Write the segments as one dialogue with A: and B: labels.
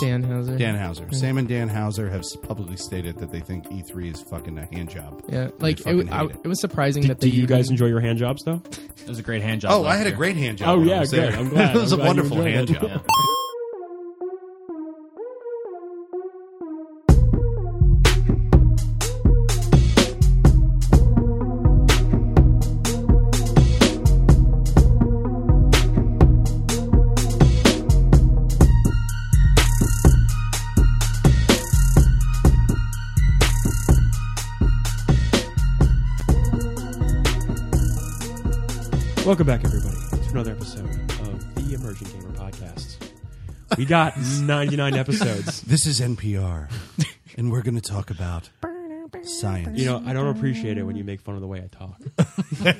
A: Danhauser.
B: Danhauser. Sam and Danhauser have s- publicly stated that they think E3 is fucking a hand job.
A: Yeah, like
B: fucking
A: it,
B: hate
A: I,
B: it.
A: it was surprising that
C: Do
A: they
C: you guys
A: even-
C: enjoy your hand jobs though?
D: It was a great hand job.
B: Oh, I
D: last
B: had a
D: year.
B: great hand job.
C: Oh,
B: when I
C: yeah,
B: was
C: good.
B: there.
C: I'm glad.
B: it was
C: I'm
B: a
C: glad you
B: wonderful
C: enjoyed
B: hand
C: it.
B: job.
C: Welcome back, everybody, to another episode of the Emerging Gamer Podcast. We got 99 episodes.
B: This is NPR, and we're going to talk about science.
C: You know, I don't appreciate it when you make fun of the way I talk.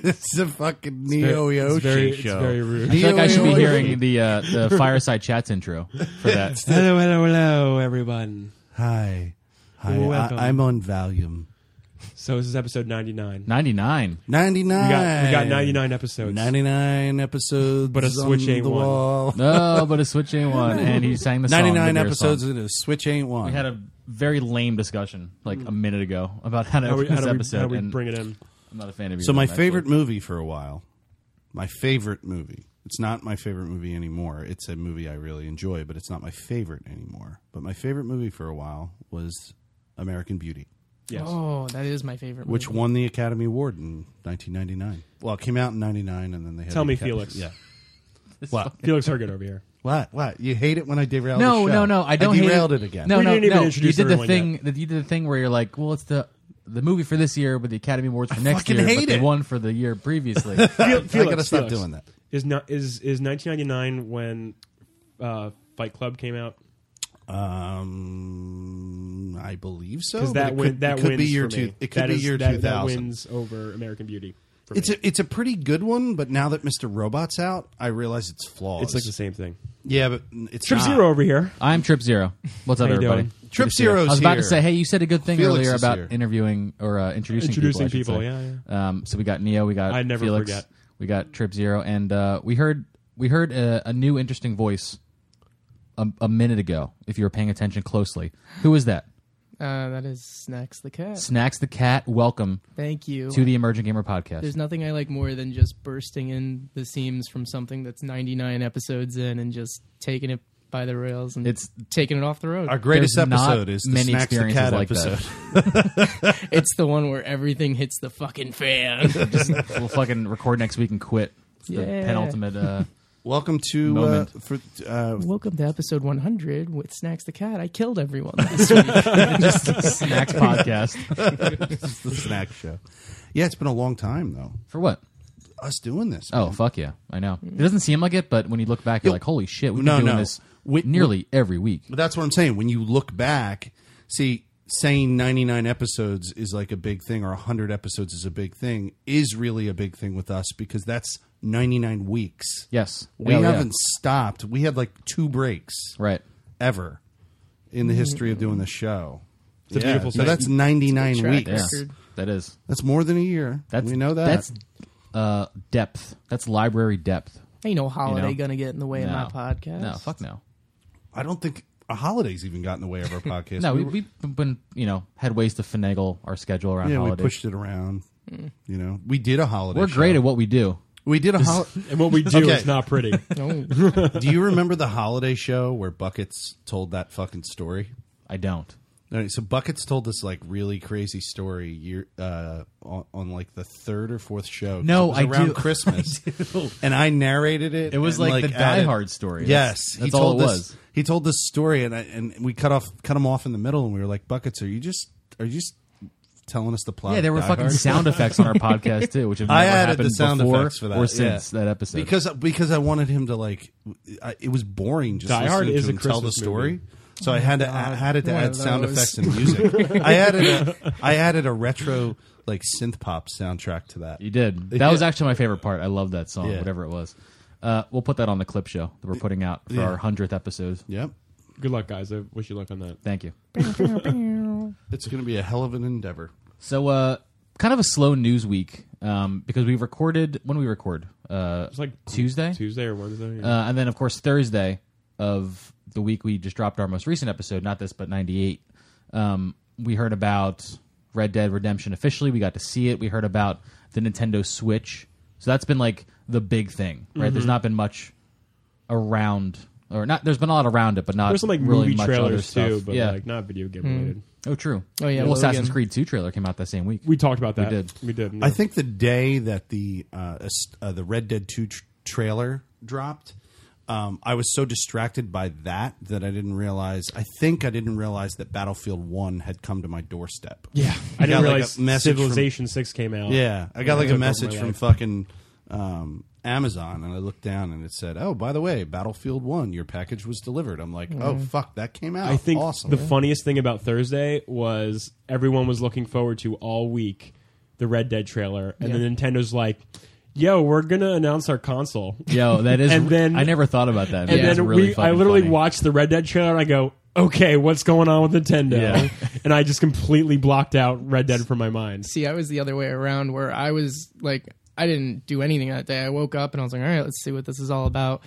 B: it's a fucking Neo
C: it's
B: Yoshi
C: very- it's
B: show.
C: very rude. I
D: I feel like I should be
B: Neo
D: hearing the uh, the fireside chats intro for that.
C: hello, hello, hello, everyone.
B: Hi, hi.
C: Welcome.
B: I, I'm on Valium.
C: So this is episode 99.
D: Ninety nine.
B: Ninety nine.
C: We got, we got 99 episodes.
B: Ninety nine episodes,
C: But a Switch
B: on
C: ain't
B: the
C: one.
B: wall.
D: No, but a Switch ain't one, and he sang the song,
B: Ninety nine
D: the beer
B: episodes,
D: Song.
B: and a Switch ain't one.
D: We had a very lame discussion like a minute ago about how to
C: How
D: open
C: we, how
D: this
C: do we,
D: episode.
C: how do we
D: and
C: bring it in?
D: I'm not a fan of.
B: So
D: either
B: my
D: of them, actually.
B: favorite movie for a while, my favorite movie. It's not my favorite movie anymore. It's a movie I really enjoy, but it's not my favorite anymore. But my favorite movie for a while was American Beauty,
C: Yes.
A: Oh, that is my favorite.
B: which
A: movie.
C: Mm-hmm.
B: won the Academy Award in 1999. Well, it came out in 99, and then they had
C: Tell
B: the
C: me,
B: Academy-
C: Felix.
B: Yeah.
C: Felix Hergood over here.
B: What? What? You hate it when I derail?
D: No,
B: the
D: no,
B: show.
D: no. I don't hate
B: derailed it, again.
D: No,
C: We
D: no,
C: didn't even
D: no. You
C: introduce
D: did the
C: everyone
D: thing. that You did the thing where you're like, well, it's the the movie for this year, but the Academy Awards for next
B: fucking
D: year,
B: hate
D: but the
B: it.
D: one for the year previously.
C: Fel-
B: I gotta stop doing that.
C: Is not is is 1999 when uh, Fight Club came out?
B: Um, I believe so.
C: Because
B: but
C: that
B: it
C: win,
B: could,
C: that
B: it could
C: wins
B: be year
C: for
B: two.
C: me.
B: It could
C: That
B: be
C: is-
B: year
C: that,
B: 2000.
C: That wins over American Beauty. For
B: It's
C: me.
B: a it's a pretty good one, but now that Mr. Robot's out, I realize it's flawed.
C: it's like the same thing.
B: yeah, but it's
C: Trip
B: not.
C: Zero over here.
D: I'm Trip Zero. What's up,
C: How you
D: everybody?
C: doing?
D: Good
B: Trip
D: to see you.
B: Zero's
D: I was about
B: here.
D: to say, hey, you said a good thing
B: Felix
D: earlier
B: is
D: about
B: here.
D: interviewing or uh, introducing,
C: Introducing
D: people. I should
C: people,
D: say.
C: yeah,
D: Um, so we got Neo. We got
C: I never
D: Felix.
C: forget.
D: We got Trip Zero, and uh, we heard we heard a, a new interesting voice a, a minute ago. If you were paying attention closely, who is that?
A: uh, that is Snacks the Cat.
D: Snacks the cat. Welcome
A: Thank you.
D: to the Emerging Gamer Podcast.
A: There's nothing I like more than just bursting in the seams from something that's 99 episodes in and just taking it by the rails and
D: It's-
A: taking it off the road.
B: Our greatest
D: There's not
B: episode is the
D: many
B: Snacks the
D: experiences
B: Cat
D: like that.
B: episode.
A: it's the one where everything hits the fucking fan.
D: Just- we'll fucking record next week and quit. It's the
A: Yeah.
D: penultimate. Uh,
B: Welcome to uh,
D: Moment.
B: for uh,
A: Welcome to episode 100 with Snacks the Cat. I killed everyone.
D: snacks podcast.
B: the snack show. Yeah, it's been a long time though.
D: For what?
B: Us doing this.
D: Oh fuck yeah, I know. It doesn't seem like it, but when you look back, you're like, holy shit, we've been
B: No,
D: doing
B: no.
D: this
B: We-
D: nearly every week.
B: But that's what I'm saying. When you look back, see, saying 99 episodes is like a big thing, or 100 episodes is a big thing, is really a big thing with us because that's 99 weeks.
D: Yes,
B: We
D: Hell yeah.
B: haven't stopped. We had like two breaks
D: Right.
B: ever in the history of doing the show.
C: It's a beautiful
B: so
C: thing.
B: that's 99
A: track
B: weeks.
D: Yeah,
A: Record.
D: that is.
B: That's more than a year.
D: That's
B: we know that.
D: That's uh, depth. That's library depth.
A: Ain't no holiday
D: You know?
A: gonna get in the way
D: No.
A: of my podcast.
D: No, fuck no.
B: I don't think a holiday's even got in the way of our podcast.
D: No, we,
B: were-
D: we've been you know had ways to finagle our schedule around
B: yeah,
D: holidays.
B: we pushed it around. You know, we did a holiday.
D: We're great
B: show.
D: at what we do.
B: We did a holiday.
C: And what we do
B: Okay.
C: is not pretty.
A: No.
B: Do you remember the holiday show where Buckets told that fucking story?
D: I don't.
B: All right, so Buckets told this like really crazy story year, uh, on, on like the third or fourth show. 'cause
D: No,
B: it was
D: I
B: around
D: do-
B: Christmas, and I narrated it.
D: It was
B: and,
D: like the Die
B: added-
D: Hard story.
B: Yes,
D: That's- that's all
B: told
D: it
B: this-
D: was.
B: He told this story, and I, and we cut off cut him off in the middle, and we were like, "Buckets, are you just are you just telling us the plot?"
D: Yeah, there
B: of
D: were
B: Die
D: fucking
B: Hard?
D: sound effects on our podcast too, which have never
B: I added
D: happened
B: the sound
D: before
B: effects for that
D: or
B: yeah.
D: since that episode.
B: because because I wanted him to like I, it was boring just
C: Die Hard
B: listening
C: is
B: to
C: a
B: him tell the
C: Christmas
B: story.
C: movie.
B: So I had to I had to
A: Oh One
B: add
A: of
B: sound
A: those.
B: effects and music. I added a, I added a retro like synth pop soundtrack to that.
D: You did. That
B: Yeah.
D: was actually my favorite part. I love that song,
B: Yeah.
D: whatever it was. Uh, we'll put that on the clip show that we're putting out for
B: Yeah.
D: our hundredth episode.
B: Yep,
C: Good luck, guys. I wish you luck on that.
D: Thank you.
B: it's going to be a hell of an endeavor.
D: So, uh, kind of a slow news week um, because we recorded when we record uh,
C: It's like
D: Tuesday,
C: Tuesday or Wednesday. yeah.
D: uh, and then of course Thursday of the week we just dropped our most recent episode, not this, but 98, um, we heard about Red Dead Redemption officially. We got to see it. We heard about the Nintendo Switch. So that's been like the big thing, right? There's
C: Mm-hmm.
D: not been much around, or not. There's been a lot around it, but not
C: There's some like
D: really
C: movie
D: much other
C: trailers
D: stuff.
C: too, but
D: yeah.
C: like not video game related.
D: oh, true.
A: Oh, yeah,
D: Well, Assassin's
A: Logan.
D: Creed 2 trailer came out that same week.
C: We talked about that.
D: did.
C: We did.
B: I
C: yeah.
B: think the day that the uh, est- uh, the Red Dead Two tr- trailer dropped, um, I was so distracted by that that I didn't realize. I think I didn't realize that Battlefield One had come to my doorstep.
C: Yeah, I
B: got,
C: didn't
B: like,
C: realize
B: a message from-
C: Civilization Six came out.
B: Yeah, I got like
C: took
B: a
C: over my
B: message from
C: life.
B: fucking um, Amazon, and I looked down and it said, "Oh, by the way, Battlefield One, your package was delivered." I'm like, "Oh fuck, that came out."
C: I think
B: awesome.
C: the funniest thing about Thursday was everyone was looking forward to all week the Red Dead trailer, and
A: Yeah.
C: then Nintendo's like, "Yo, we're gonna announce our console."
D: Yo, that is.
C: And then-
D: I never thought about that.
C: And
D: man. That's
C: then
D: really
C: we, I
D: fucking
C: literally
D: funny.
C: watched the Red Dead trailer, and I go, "Okay, what's going on with Nintendo?"
D: Yeah.
C: and I just completely blocked out Red Dead from my mind.
A: See, I was the other way around where I was like, I didn't do anything that day. I woke up and I was like, all right, let's see what this is all about.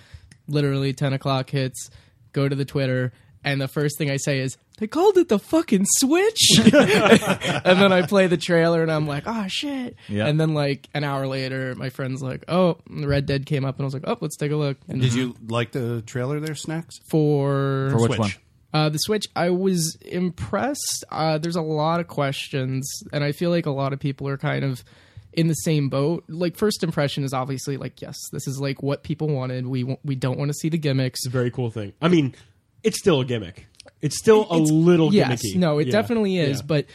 A: Literally, 10 o'clock hits, go to the Twitter, and the first thing I say is, they called it the fucking Switch. and then I play the trailer and I'm like, oh shit.
D: Yeah.
A: And then, like, an hour later, my friend's like, oh, the Red Dead came up, and I was like, oh, let's take a look. And
B: Did you like the trailer there, Snacks?
A: for,
D: For which
B: Switch.
D: one?
A: uh, the Switch, I was impressed. Uh, there's a lot of questions, and I feel like a lot of people are kind of in the same boat. Like first impression is obviously like, yes, this is like what people wanted. We w- we don't want to see the gimmicks.
C: It's a very cool thing. I mean, it's still a gimmick. It's still a little
A: Yes,
C: gimmicky.
A: no, it
C: Yeah.
A: definitely is,
C: Yeah.
A: but.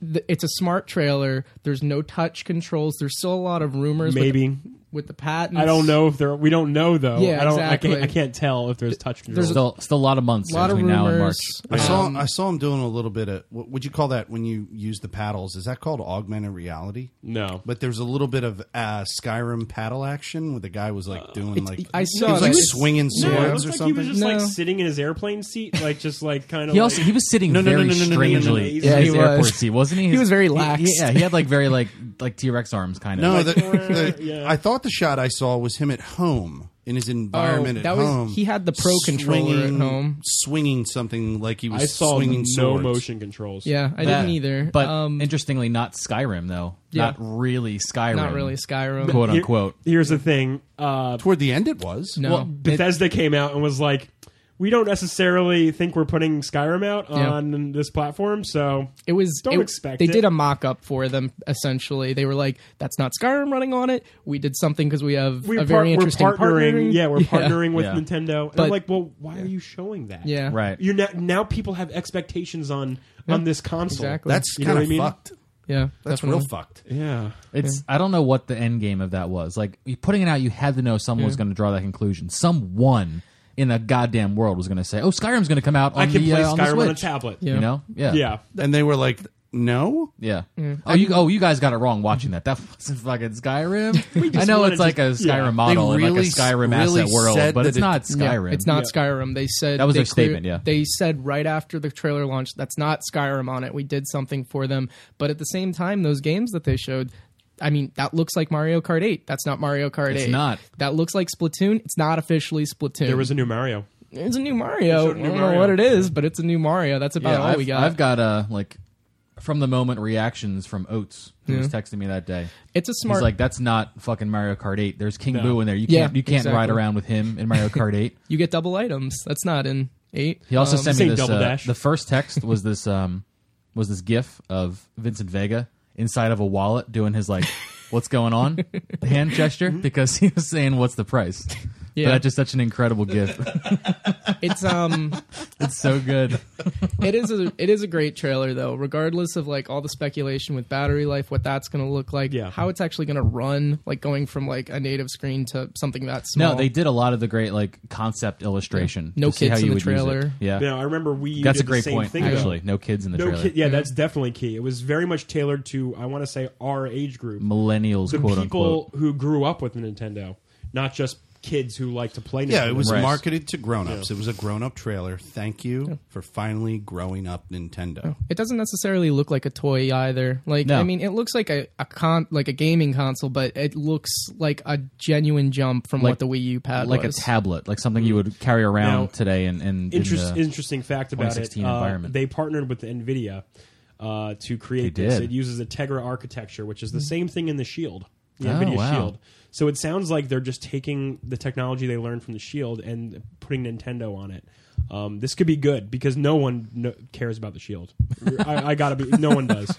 A: th- It's a smart trailer. There's no touch controls. There's still a lot of rumors. with the-
C: maybe
A: with the, patents.
C: I don't know if there. We don't know though.
A: Yeah,
C: I don't. I,
A: exactly.
C: can't, I can't tell if there's touch control.
D: Still, still a lot of months
A: A lot of
D: between now and March.
A: rumors.
B: I saw I saw him doing a little bit of what would you call that when you use the paddles? Is that called augmented reality?
C: no.
B: But there's a little bit of uh, Skyrim paddle action where the guy was
C: Uh,
B: like doing like
A: I saw
B: he was
A: that.
B: like
A: He was-
B: swinging
C: No, it
B: swords
C: looks
B: or
C: like
B: something.
C: he was just like
A: No.
C: sitting in his airplane seat, like just like kind of.
D: He
C: like,
D: also he was sitting
B: No, no, no,
D: very
B: no, no, no, no, no, no, no, no.
D: strangely.
B: He's-
D: in
A: Yeah,
D: his
A: he
D: airport
A: was.
D: seat, wasn't he?
A: He was very
D: He-
A: lax.
D: yeah, he had like very like like T Rex arms kind of.
B: no,
D: Like,
B: the, the,
C: yeah.
B: I thought the shot I saw was him at home in his environment
A: Oh,
B: at
A: that was-
B: home.
A: he had the pro controller at
B: swinging-
A: home.
B: swinging something like he was
C: I saw
B: swinging
C: no
B: swords.
C: motion controls.
A: Yeah, I
D: that.
A: didn't either.
D: But
A: um,
D: interestingly, not Skyrim though.
A: Yeah.
D: Not really Skyrim.
A: not really Skyrim.
D: Quote
C: Here-
D: unquote.
C: here's the thing. Uh,
B: Toward the end, it was.
A: No.
C: well, Bethesda came out and was like, "We don't necessarily think we're putting Skyrim out
A: Yeah.
C: on this platform, so
A: It was.
C: Don't
A: it-
C: expect
A: They
C: it.
A: did a mock up for them. Essentially, they were like, "That's not Skyrim running on it. We did something because we have
C: we're,
A: a
C: par-
A: very
C: we're
A: interesting
C: partnering, Yeah, we're partnering with
D: Yeah.
C: Nintendo." And I'm
A: But-
C: like, "Well, why are you showing that?"
A: Yeah,
D: Right.
C: You're now, now people have expectations on on this console.
A: Exactly.
B: That's
C: You know
B: kind
C: what
B: of
C: I mean?
B: fucked.
A: yeah.
B: That's
A: definitely.
B: real fucked.
C: Yeah.
D: It's I don't know what the end game of that was. Like you putting it out, you had to know someone was going to draw that conclusion. Someone in the goddamn world was going to say, "Oh, Skyrim's going to come out on
C: I can
D: the
C: play
D: uh, on the
C: Skyrim on a
D: Switch."
C: tablet.
A: Yeah.
D: You know? Yeah.
C: Yeah.
B: And they were like, "No,
D: Yeah. Oh, you oh you guys got it wrong watching that. That wasn't fucking Skyrim. I know
C: wanted
D: it's like a
C: to- yeah.
D: Skyrim model
B: They
D: and like a
B: really-
D: Skyrim
B: really
D: asset world,
B: said
D: but
B: that
D: it's
B: it-
D: not
A: Yeah,
D: Skyrim.
A: it's not
C: Yeah.
A: Skyrim. They said
D: That was
A: they
D: their statement, yeah.
A: they said right after the trailer launch, "That's not Skyrim on it. We did something for them." But at the same time, those games that they showed. I mean, that looks like Mario Kart 8. That's not Mario Kart 8.
D: It's not.
A: That looks like Splatoon. It's not officially Splatoon.
C: There was a new Mario.
A: it's a new Mario.
C: They showed a new
A: I don't know
C: Mario.
A: what it is, but it's a new Mario. That's about
D: Yeah,
A: all
D: I've,
A: oh, we got.
D: I've got uh like from the moment reactions from Oates who was texting me that day.
A: It's a smart.
D: He's like, "That's not fucking Mario Kart 8. There's King
C: No.
D: Boo in there. You can't
A: Yeah,
D: you can't ride
A: exactly.
D: around with him in Mario Kart 8."
A: you get double items. That's not in eight.
D: He also
A: Um,
D: sent me
C: Say
D: this.
C: double
D: uh,
C: dash.
D: the first text was this um, was this GIF of Vincent Vega inside of a wallet doing his like, "What's going on?" hand gesture because he was saying, "What's the price?"
A: Yeah.
D: But that's just such an incredible GIF.
A: It's um,
D: it's so good.
A: it is a it is a great trailer though. Regardless of like all the speculation with battery life, what that's going to look like,
C: Yeah.
A: how it's actually going to run, like going from like a native screen to something that small.
D: No, they did a lot of the great like concept illustration.
A: No
D: to see
A: kids
D: how
A: in
D: you
A: the
D: would use it.
A: trailer.
D: Yeah,
C: Yeah, I remember we.
D: that's a
C: did the
D: great
C: same
D: point.
C: Thing, though.
D: Actually, no kids in the
C: No
D: trailer.
C: kid, yeah, that's definitely key. It was very much tailored to, I want to say, our age group,
D: Millennials,
C: the
D: quote
C: people
D: unquote.
C: who grew up with Nintendo, not just kids who like to play.
B: Yeah,
C: Nintendo.
B: it was
D: Right.
B: marketed to grown-ups. It was a grown-up trailer. Thank you for finally growing up Nintendo.
A: It doesn't necessarily look like a toy either. Like
D: No.
A: I mean, it looks like a, a con like a gaming console, but it looks like a genuine jump from
D: Like-
A: what the Wii U pad
D: uh, like a
A: was.
D: tablet, like something you
A: Mm.
D: would carry around
C: Now,
D: today. And, and in
C: Interest,
D: the-
C: interesting fact about it.
D: 2016
C: uh,
D: environment.
C: they partnered with NVIDIA uh, to create
D: They
C: this.
D: did. Hmm.
C: It uses a Tegra architecture, which is the same thing in the Shield, the
D: Oh,
C: NVIDIA
D: wow.
C: Shield. So it sounds like they're just taking the technology they learned from the Shield and putting Nintendo on it. Um, this could be good because no one no, cares about the Shield. I, I gotta be. No one does.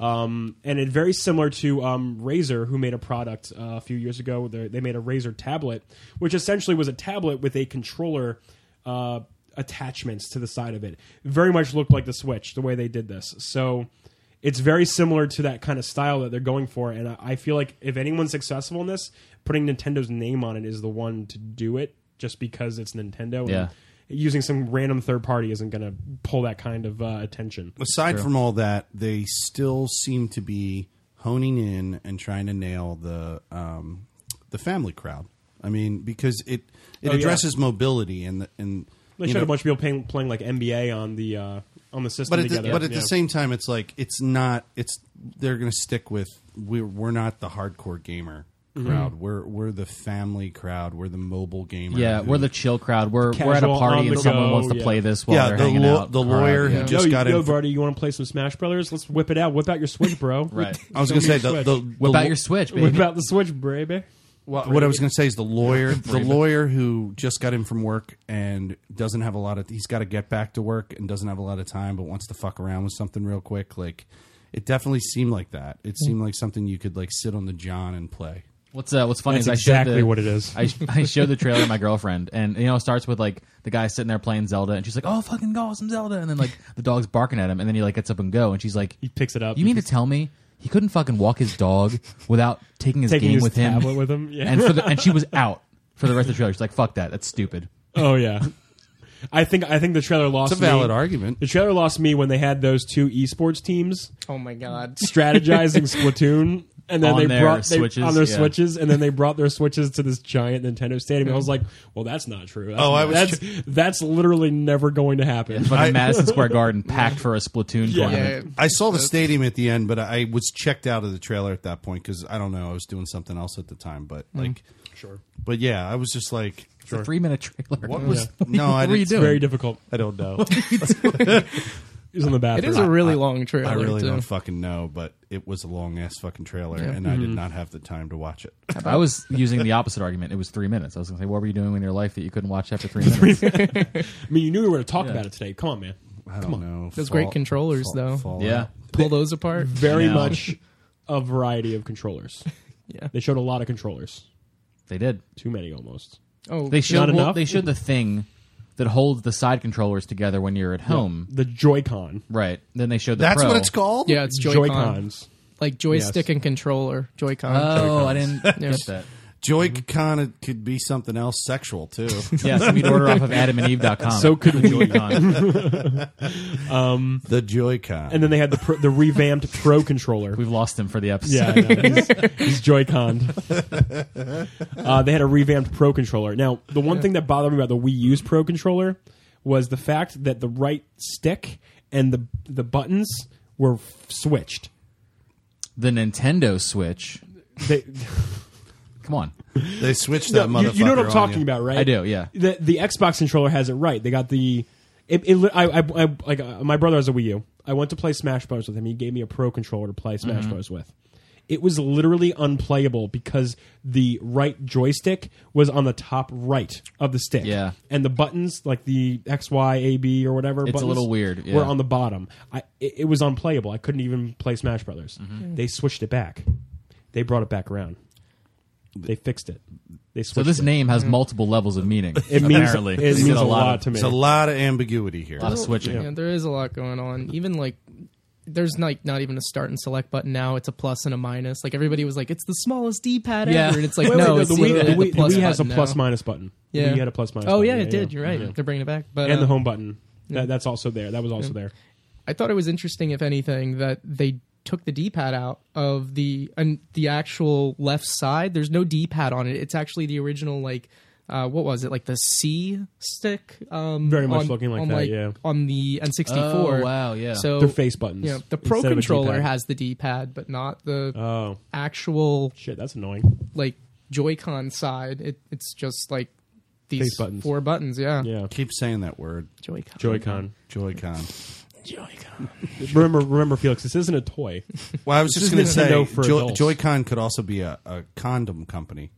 C: Um, and it very similar to um, Razer, who made a product uh, a few years ago. They they made a Razer tablet, which essentially was a tablet with a controller uh, attachments to the side of it. Very much looked like the Switch, the way they did this. So it's very similar to that kind of style that they're going for. And I, I feel like if anyone's successful in this, putting Nintendo's name on it is the one to do it, just because it's Nintendo. and
D: Yeah.
C: Using some random third party isn't going to pull that kind of uh, attention.
B: Aside from all that, they still seem to be honing in and trying to nail the um, the family crowd. I mean, because it it
C: Oh, yeah.
B: addresses mobility and the, and
C: They
B: you
C: showed
B: know,
C: a bunch of people playing, playing like NBA on the uh, on the system
B: but at the,
C: together.
B: but at
C: Yeah.
B: the same time, it's like it's not. It's they're going to stick with we're we're not the hardcore gamer
C: Mm-hmm.
B: crowd. We're we're the family crowd. We're the mobile gamer.
D: yeah,
B: who-
D: we're the chill crowd. We're we're at a
C: Casual, on
D: party and
C: the
D: someone
C: go,
D: wants to
C: yeah.
D: play this while
B: Yeah,
D: they're
B: the
D: hanging
B: lo-
D: out.
B: the
D: All
B: lawyer
D: right,
B: who
D: yeah.
B: just
C: yo,
B: got
C: yo,
B: in-
C: Brody, you want to play some Smash Brothers? Let's whip it out. Whip out your Switch, bro.
D: Right.
B: I was going to say the, the
D: whip
B: the-
D: out your Switch,
C: Whip
D: baby.
C: out the Switch, baby.
B: What, what I was going to say is the lawyer, the lawyer who just got in from work and doesn't have a lot of, he's got to get back to work and doesn't have a lot of time, but wants to fuck around with something real quick. Like, it definitely seemed like that.
D: Hmm.
B: It seemed like something you could like sit on the john and play.
D: What's uh, what's funny
C: That's
D: is I
C: exactly
D: showed the,
C: what it is.
D: I, I showed the trailer to my girlfriend, and you know, it starts with like the guy sitting there playing Zelda, and she's like, "Oh, fucking go, some Zelda," and then like the dog's barking at him, and then he like gets up and go, and she's like,
C: He picks it up.
D: "You mean to tell me he couldn't fucking walk his dog without taking his
C: taking
D: game
C: his
D: with him?"
C: tablet with him? Yeah.
D: and for the, and she was out for the rest of the trailer. She's like, "Fuck that, that's stupid."
C: oh yeah. I think I think the trailer lost.
B: It's a valid
C: me.
B: argument.
C: The trailer lost me when they had those two esports teams
A: oh my god.
C: strategizing Splatoon, and then
D: On
C: they
D: their
C: brought they,
D: Switches,
C: on their
D: yeah.
C: switches, and then they brought their switches to this giant Nintendo stadium. I was like, well, that's not true. That's,
B: Oh, I was
C: that's that's literally never going to happen.
D: Fucking Madison Square Garden packed for a Splatoon
C: Yeah.
D: tournament.
A: Yeah.
B: I saw the stadium at the end, but I was checked out of the trailer at that point because I don't know, I was doing something else at the time. But
D: Hmm.
B: like,
C: Sure.
B: but yeah, I was just like,
D: It's a three minute trailer.
B: what was? No, I
D: What were you
B: didn't.
D: doing?
C: Very difficult.
B: I don't know.
C: He's in the
A: It
C: bathroom.
A: is a really long trailer.
B: I really
A: too.
B: don't fucking know, but it was a long ass fucking trailer, and I did not have the time to watch it.
D: I was using the opposite argument. It was three minutes. I was going to say, what were you doing in your life that you couldn't watch after three minutes?
C: I mean, you knew we were going to talk about it today. Come on, man.
B: I don't know.
A: Those great controllers, though.
D: yeah.
A: Pull those apart.
C: Very
D: No.
C: much a variety of controllers.
A: Yeah.
C: They showed a lot of controllers.
D: They did.
C: Too many almost.
A: Oh,
D: They showed, well,
C: enough?
D: they showed the thing that holds the side controllers together when you're at home.
C: The Joy-Con.
D: Right. Then they showed the
B: That's
D: Pro.
B: what it's called.
A: yeah, it's Joy-Con.
C: Joy-Cons.
A: Like joystick
C: Yes. Uh,
A: and controller. Joy-Con.
D: Oh, I didn't get that.
B: Joy-Con it could be something else sexual too.
D: Yeah, so we'd order off of adamandeve.com.
C: So could
D: we. Joy-Con.
B: the Joy-Con.
C: And then they had the pro, the revamped Pro controller.
D: We've lost him for the episode.
C: Yeah, I know. he's, he's Joy-Con. Uh, they had a revamped Pro controller. Now, the one thing that bothered me about the Wii U's Pro controller was the fact that the right stick and the the buttons were f- switched.
D: The Nintendo Switch.
C: They,
D: Come on.
B: they switched that
C: you,
B: motherfucker.
C: you know what I'm
B: on
C: talking
B: you.
C: about, right?
D: I do, yeah.
C: The the Xbox controller has it right. They got the. It, it, li- I, I, I like uh, my brother has a Wii U. I went to play Smash Bros with him. He gave me a Pro controller to play Smash
D: Mm-hmm.
C: Bros with. It was literally unplayable because the right joystick was on the top right of the stick.
D: Yeah.
C: and the buttons like the X, Y, A, B, or whatever.
D: It's a
C: buttons
D: little weird, yeah.
C: Were on the bottom. I it, it was unplayable. I couldn't even play Smash Brothers.
D: Mm-hmm.
C: They switched it back. They brought it back around. They fixed it. They switched
D: So this
C: it.
D: name has multiple levels of meaning.
C: It means-
D: apparently.
C: it
D: They did
C: means a
D: of-
C: lot to me.
B: It's a lot of ambiguity here.
D: A lot of switching.
A: Yeah, there is a lot going on. Even like there's like not even a start and select button now. It's a plus and a minus. Like everybody was like, it's the smallest D pad
D: Yeah.
A: ever, and it's like
C: Wait,
A: no,
C: wait,
A: it's
C: the, Wii,
A: literally
C: the, Wii,
A: the plus
C: the Wii has a
A: button
C: plus
A: now.
C: minus button.
A: Yeah,
C: We had a plus minus.
A: Oh
C: button.
A: yeah, it did. You're right. They're bringing it back, but
C: And
A: uh,
C: the home button. That, that's also there. That was also there.
A: I thought it was interesting, if anything, that they took the D-pad out of the and the actual left side. There's no D-pad on it. It's actually the original like uh, what was it like the C stick? Um,
C: Very much
A: on-
C: looking like
A: on,
C: that, yeah.
A: on the N64.
D: Oh, wow, yeah.
A: So
C: They're face buttons.
A: You know, the Pro
C: instead of a
A: controller
C: D-pad.
A: has the D pad, but not the
C: Oh
A: actual
C: shit, that's annoying.
A: like Joy-Con side. It, it's just like these
C: Face buttons.
A: four buttons. Yeah,
C: Yeah,
B: Keep saying that word,
A: Joy-Con.
C: Joy-Con.
B: Joy-Con.
A: Joy-Con.
C: remember, remember, Felix, this isn't a toy.
B: Well, I was
C: This
B: just going to
C: is Nintendo
B: say,
C: for
B: jo-
C: adults.
B: Joy-Con could also be a, a condom company.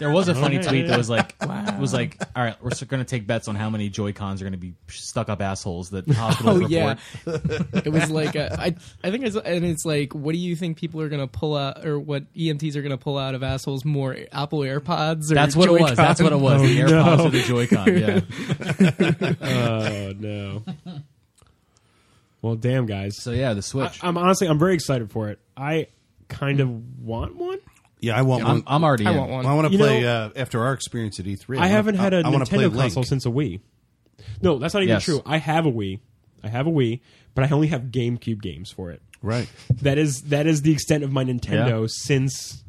D: There was a funny
C: Okay.
D: tweet that was like, was like, all right, we're going to take bets on how many Joy Cons are going to be stuck up assholes that hospitals
A: Oh
D: report.
A: yeah, it was like a, I I think it's and it's like what do you think people are gonna pull out or what EMTs are gonna pull out of assholes more Apple AirPods or
D: That's what it was. That's what it was. the AirPods
C: no.
D: or the Joy-Con. Yeah.
C: oh no. Well, damn, guys.
D: So yeah, the
C: I,
D: Switch. I,
C: I'm honestly, I'm very excited for it. I kind of want one.
B: Yeah, I want
D: am
B: one.
D: I'm already.
A: I
D: in.
A: want one.
B: I want to
C: You
B: play
C: know-
B: uh, after our experience at E3.
C: I haven't had
B: a
C: a Nintendo console since a Wii. No, that's not even
D: Yes.
C: true. I have a Wii. I have a Wii, but I only have GameCube games for it.
B: Right.
C: That is that is the extent of my Nintendo
D: Yeah.
C: since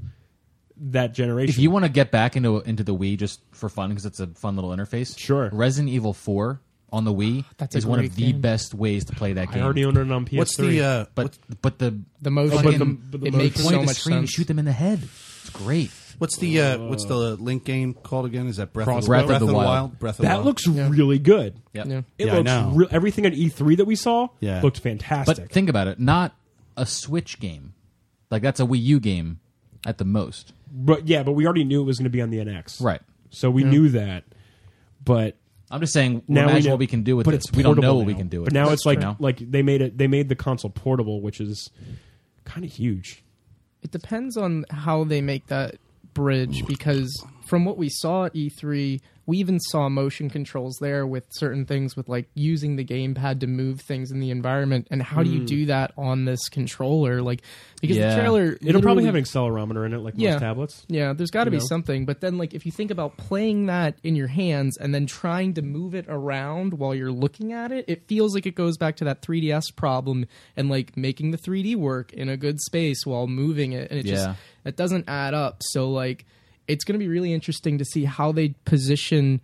C: that generation.
D: If you want to get back into into the Wii just for fun because it's a fun little interface,
C: Sure.
D: Resident Evil Four on the Wii
A: That's a
D: is one of
A: great
D: the
A: game.
D: best ways to play that
C: I
D: game.
C: already own it on PS3.
B: What's the uh,
D: but but the
A: the motion.
C: Oh, but the-
D: fucking-
C: but the
A: it
C: motion-
A: makes
D: point
A: so
D: of the
A: much
D: screen and
A: sense.
D: shoot them in the head. It's great.
B: what's the uh, what's the link game called again? Is that Breath, of, the,
D: Breath of the Wild.
B: Breath of the
C: that
B: Wild.
C: looks really good.
D: Yeah.
A: Yeah.
C: It
B: Yeah, I
C: looks
B: know.
C: real everything at E3 that we saw
B: Yeah.
C: looked
D: But
C: fantastic.
D: think about it, not a Switch game. Like that's a Wii U game at the most.
C: but yeah, but we already knew it was going to be on the NX.
D: Right.
C: So we knew that. But
D: I'm just saying
C: now
D: imagine
C: we know,
D: what we can do with
C: but
D: this.
C: It's
D: we don't know
C: portable
D: what we
C: now.
D: can do with
C: But now
D: this,
C: it's like
D: you know?
C: like they made it they made the console portable, which is kind of huge.
A: It depends on how they make that bridge because from what we saw at E3, we even saw motion controls there with certain things with like using the gamepad to move things in the environment and how do you do that on this controller like because
D: Hmm. Yeah.
A: the trailer
C: It'll probably
A: literally-
C: have an accelerometer in it, like
A: Yeah.
C: most tablets.
A: yeah, there's got to be
C: you know?
A: something, but then like if you think about playing that in your hands and then trying to move it around while you're looking at it, it feels like it goes back to that 3DS problem and like making the 3D work in a good space while moving it and it just
D: Yeah.
A: it doesn't add up. So like it's going to be really interesting to see how they position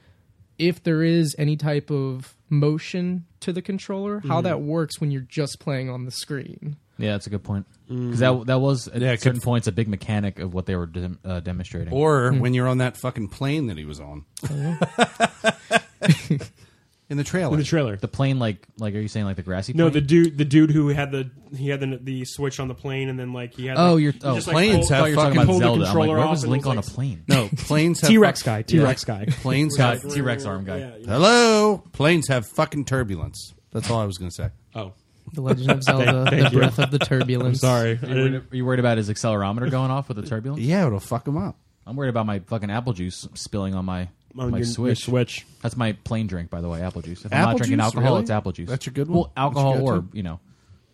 A: if there is any type of motion to the controller, how
C: Mm-hmm.
A: that works when you're just playing on the screen.
D: yeah, that's a good point.
C: Mm.
D: Because that that was at
B: Yeah, it
D: certain
B: could-
D: points a big mechanic of what they were dem- uh, demonstrating.
B: Or
C: Hmm.
B: when you're on that fucking plane that he was on. In the trailer.
C: In the trailer.
D: the plane, like like are you saying like the grassy?
C: no,
D: plane?
C: the dude, the dude who had the he had the, the switch on the plane, and then like he had.
D: Oh,
C: like,
D: you're-
C: he
D: oh,
C: just,
B: planes
C: pulled-
B: have
D: I thought you were talking
B: fucking
D: about
C: pulled the
D: Zelda. I'm like,
C: controller
D: where
C: off
D: was
C: and
D: Link
C: was
D: on
C: like-
D: a plane?
B: no, planes have
C: T-Rex
B: fuck-
C: guy, T-Rex guy.
B: Planes
D: Guy,
B: have
D: T-Rex arm guy.
C: Yeah, yeah.
B: Hello. Planes have fucking turbulence. That's all I was going to say.
C: Oh,
A: The Legend of Zelda: The Breath of the Turbulence.
C: sorry. I
D: Are you, worried,
C: didn't-
D: are you worried about his accelerometer going off with the turbulence?
B: Yeah, it'll fuck him up.
D: I'm worried about my fucking apple juice spilling on my
C: on
D: my
C: your, your
D: switch.
C: switch.
D: That's my plain drink, by the way, apple juice. If I'm
B: Apple
D: not drinking
B: juice?
D: alcohol,
B: Really?
D: it's apple juice.
B: That's your good one?
D: Well, alcohol
B: That's your
D: or
B: go-to?
D: you know,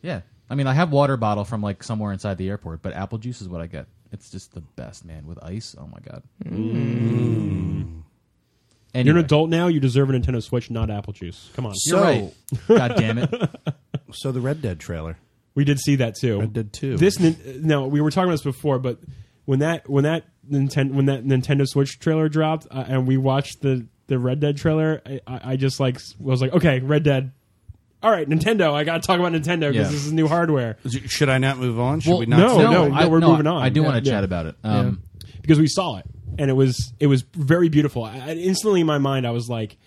D: yeah. I mean, I have water bottle from like somewhere inside the airport, but apple juice is what I get. It's just the best, man. With ice, oh my god. Anyway,
C: Mm. You're an adult now. You deserve a Nintendo Switch, not apple juice. Come on.
D: You're
B: So-
D: right. god damn it.
B: So the Red Dead trailer.
C: We did see that too.
B: Red Dead 2.
C: This nin- no, we were talking about this before, but when that when that Nintendo when that Nintendo Switch trailer dropped uh, and we watched the the Red Dead trailer, I, I I just like s- was like, okay, Red Dead. All right, Nintendo. I got to talk about Nintendo because
D: Yeah.
C: this is new hardware
B: Should I not move on? Should
D: Well,
B: we not?
C: no,
B: say
C: no,
B: that?
C: no, we're moving on.
D: I do
C: Yeah.
D: want to
C: Yeah.
D: chat about it. Um,
C: because we saw it and it was it was very beautiful. I, I- instantly in my mind, I was like,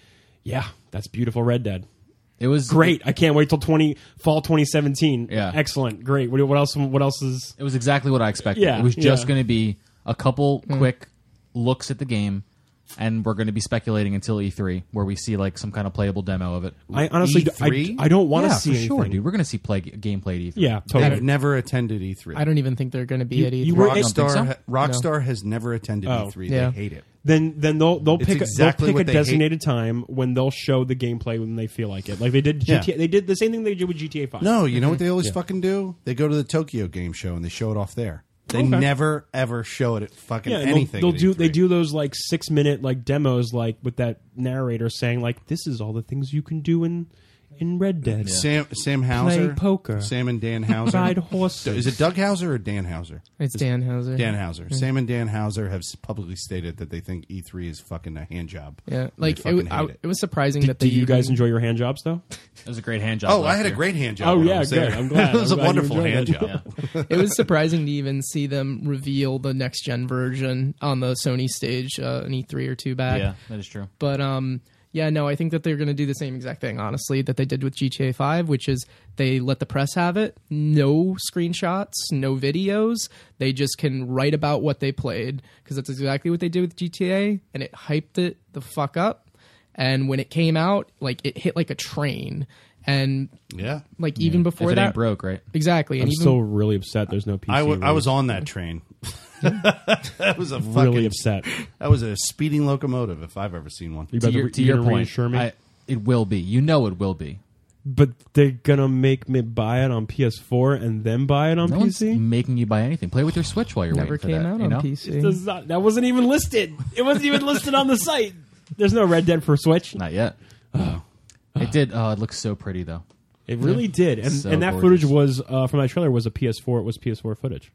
C: yeah, that's beautiful, Red Dead.
D: It was
C: Great. I can't wait till twenty fall twenty seventeen.
D: Yeah.
C: excellent. Great. What, what else? What else is?
D: It was exactly what I expected.
C: Yeah,
D: it was just
C: yeah.
D: going to be a couple quick looks at the game, and we're going to be speculating until E3, where we see like some kind of playable demo of it.
C: I honestly,
B: E
C: d-
B: E3?
C: I, I don't want to
D: yeah,
C: see
D: for
C: anything.
D: sure, dude. We're going to see play gameplay at E E3.
C: Yeah, totally.
B: I've never attended E E3.
A: I don't even think they're going to be at E E3.
C: you were-
D: don't think
B: Rockstar,
D: so?
B: ha- Rockstar has never attended
C: Oh,
B: E3.
A: Yeah.
B: They hate it.
C: then then they'll they'll
B: It's
C: pick
B: exactly
C: a, they'll
B: what
C: pick
B: they
C: a
B: hate.
C: designated time when they'll show the gameplay when they feel like it. Like they did
B: Yeah.
C: GTA, they did the same thing they did with GTA Five.
B: No, you know what they always fucking do? They go to the Tokyo Game Show and they show it off there. They
C: Okay.
B: never ever show it at fucking
C: yeah, and they'll-
B: anything. E
C: They'll,
B: at
C: do
B: E3.
C: they do those like six minute like demos like with that narrator saying like this is all the things you can do in in Red Dead.
B: Sam Sam
C: Play
B: Hauser,
C: poker.
B: Sam and Dan Hauser.
C: Ride
B: Is
C: horses.
B: it Doug Hauser or Dan Hauser?
A: It's Dan Hauser.
B: Dan Hauser. Sam and Dan Hauser have s- publicly stated that they think E3 is fucking a hand job.
A: Yeah,
B: And they
A: like it,
B: fucking
A: w-
B: hate
A: I,
B: it.
A: it was surprising that
C: Do
A: they
C: you guys
A: even-
C: enjoy your hand jobs though?
D: It was a great hand job.
B: Oh, I
D: last
B: had a
D: year.
B: great hand job.
C: Oh,
B: when I
C: yeah,
B: was
C: good.
B: there.
C: I'm glad.
B: it was
C: I'm
B: a
C: glad you
B: wonderful
C: enjoyed
B: hand
C: that.
B: job.
A: it was surprising to even see them reveal the next gen version on the Sony stage uh, an E3 or two back.
D: Yeah, that is true.
A: But um, yeah, no, I think that they're going to do the same exact thing, honestly, that they did with GTA 5, which is they let the press have it, no screenshots, no videos. They just can write about what they played because that's exactly what they did with GTA, and it hyped it the fuck up. And when it came out, like it hit like a train, and
B: Yeah.
A: like even before
D: if it
A: that,
D: ain't broke, right?
A: exactly. And
C: I'm
A: even
C: still really upset. There's no PC.
B: I, w- I
C: release.
B: was on that train. that was a fucking.
C: really upset.
B: That was a speeding locomotive, if I've ever seen one.
C: You
D: To
C: better
D: your,
C: re-
D: to
C: you
D: your
C: better
D: point,
C: reassure me.
D: I- it will be. You know, it will be.
C: but they're gonna make me buy it on PS4 and then buy it on
D: No one's
C: PC.
D: making you buy anything. Play with your Switch while you're
A: never
D: waiting
A: came
D: for that.
A: out
D: you
A: on
D: know?
A: PC.
C: Does not- that wasn't even listed. It wasn't even listed on the site. There's no Red Dead for Switch.
D: Not yet. it did. Oh, it looks so pretty though.
C: It really did, and,
D: So
C: and that
D: gorgeous.
C: footage was uh, from that trailer was a PS4. It was PS4 footage.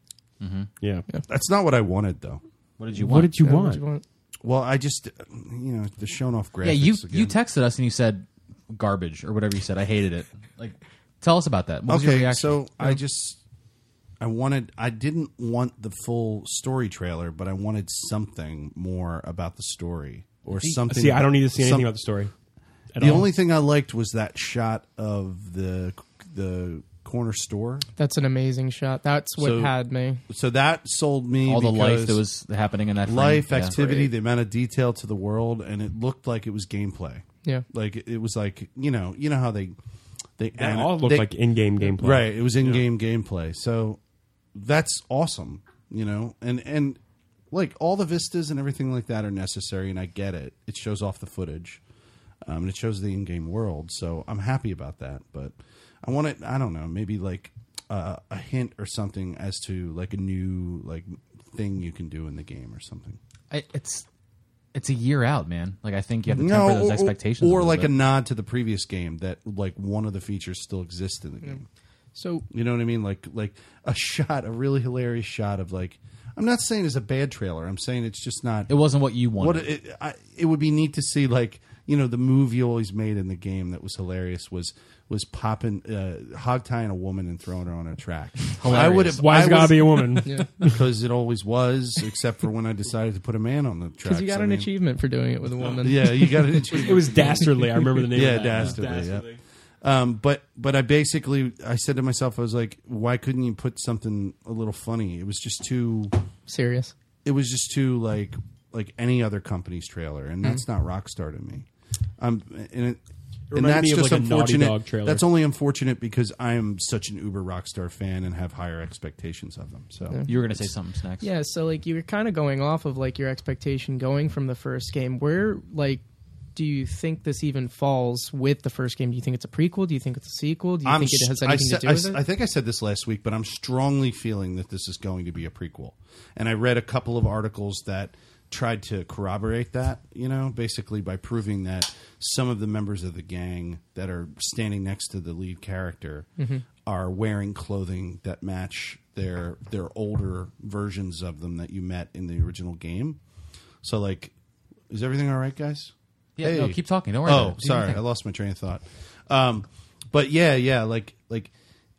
C: Yeah.
B: That's not what I wanted, though.
D: What did you want?
C: What did you
A: Yeah, what
C: want?
A: do you want?
B: Well, I just, uh, you know, the shown off graphics.
D: yeah, you
B: again.
D: you texted us and you said garbage or whatever you said. I hated it. Like, tell us about that. What was your
B: okay,
D: reaction?
B: so I just, I wanted, I didn't want the full story trailer, but I wanted something more about the story or something.
C: See, I don't need to see anything
B: some-
C: about the story. At
B: The
C: all.
B: only thing I liked was that shot of the the corner store.
A: That's an amazing shot. That's what
B: So-
A: had me.
B: So that sold me
D: all the life
B: because
D: that was happening in that frame.
B: life
D: Yeah.
B: activity,
A: Right.
B: the amount of detail to the world, and it looked like it was gameplay.
A: Yeah.
B: Like it was like you know you know how they they
C: that
B: and
C: all looked
B: they-
C: like in-game gameplay.
B: right. It was in game gameplay, so that's awesome. You know, and and like all the vistas and everything like that are necessary, and I get it. It shows off the footage, um, and it shows the in-game world, so I'm happy about that. But I want it. I don't know, maybe like uh, a hint or something as to like a new like thing you can do in the game or something.
D: I, it's it's a year out, man. Like I think you have to temper those
B: or-
D: expectations.
B: or
D: a
B: like
D: little
B: a
D: bit.
B: nod to the previous game that like one of the features still exists in the game.
A: So
B: You know what I mean? Like like a shot, a really hilarious shot of like. I'm not saying it's a bad trailer. I'm saying it's just not.
D: It wasn't what you wanted.
B: what it, I, it would be neat to see like you know the move you always made in the game that was hilarious was was popping uh, hog tying a woman and throwing her on a track. I would have.
C: Why's
B: I
C: it gotta
B: would've-
C: be a woman?
B: Because it always was, except for when I decided to put a man on the track.
A: because you got an achievement for doing it with a woman.
B: Yeah, you got an achievement.
C: It was dastardly. I remember the name.
B: Yeah,
C: of that.
B: dastardly, yeah. Um, but but I basically I said to myself I was like, why couldn't you put something a little funny? It was just too.
A: Serious.
B: It was just too like like any other company's trailer, and that's
C: Mm-hmm.
B: not Rockstar to me. Um, and it. And
C: reminded
B: that's
C: me of,
B: just
C: like, a Naughty Dog
B: unfortunate.
C: trailer.
B: That's only unfortunate because I am such an uber rockstar fan and have higher expectations of them. So
D: you were gonna say something, snacks.
A: Yeah, so like you're kind of going off of like your expectation going from the first game. Where like do you think this even falls with the first game? Do you think it's a prequel? Do you think it's a sequel? Do you think it
B: s-
A: has
B: I
A: anything
B: said-
A: to do
B: I
A: with
B: s-
A: it?
B: I think I said this last week, but I'm strongly feeling that this is going to be a prequel. And I read a couple of articles that tried to corroborate that, you know, basically by proving that some of the members of the gang that are standing next to the lead character
A: Mm-hmm.
B: are wearing clothing that match their their older versions of them that you met in the original game. So like is everything all right, guys?
D: Yeah, no, keep talking. Don't worry about
B: Oh,
D: it. Do your
B: sorry,
D: thing.
B: I lost my train of thought. Um, but yeah, yeah, like like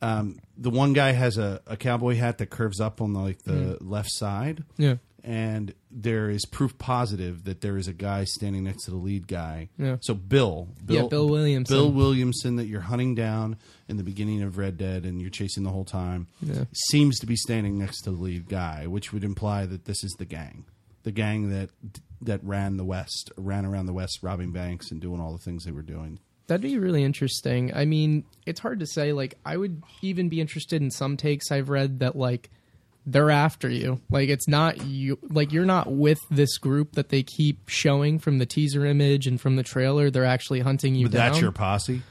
B: um, the one guy has a, a cowboy hat that curves up on the, like the left side.
A: Yeah.
B: and there is proof positive that there is a guy standing next to the lead guy.
A: Yeah.
B: So Bill, Bill,
A: Yeah, Bill Williamson.
B: Bill Williamson that you're hunting down in the beginning of Red Dead and you're chasing the whole time seems to be standing next to the lead guy, which would imply that this is the gang, the gang that that ran the West, ran around the West, robbing banks and doing all the things they were doing.
A: That'd be really interesting. I mean, it's hard to say. Like, I would even be interested in some takes I've read that like they're after you. Like, it's not you. Like, you're not with this group that they keep showing from the teaser image and from the trailer. They're actually hunting you
B: But
A: down.
B: that's your posse.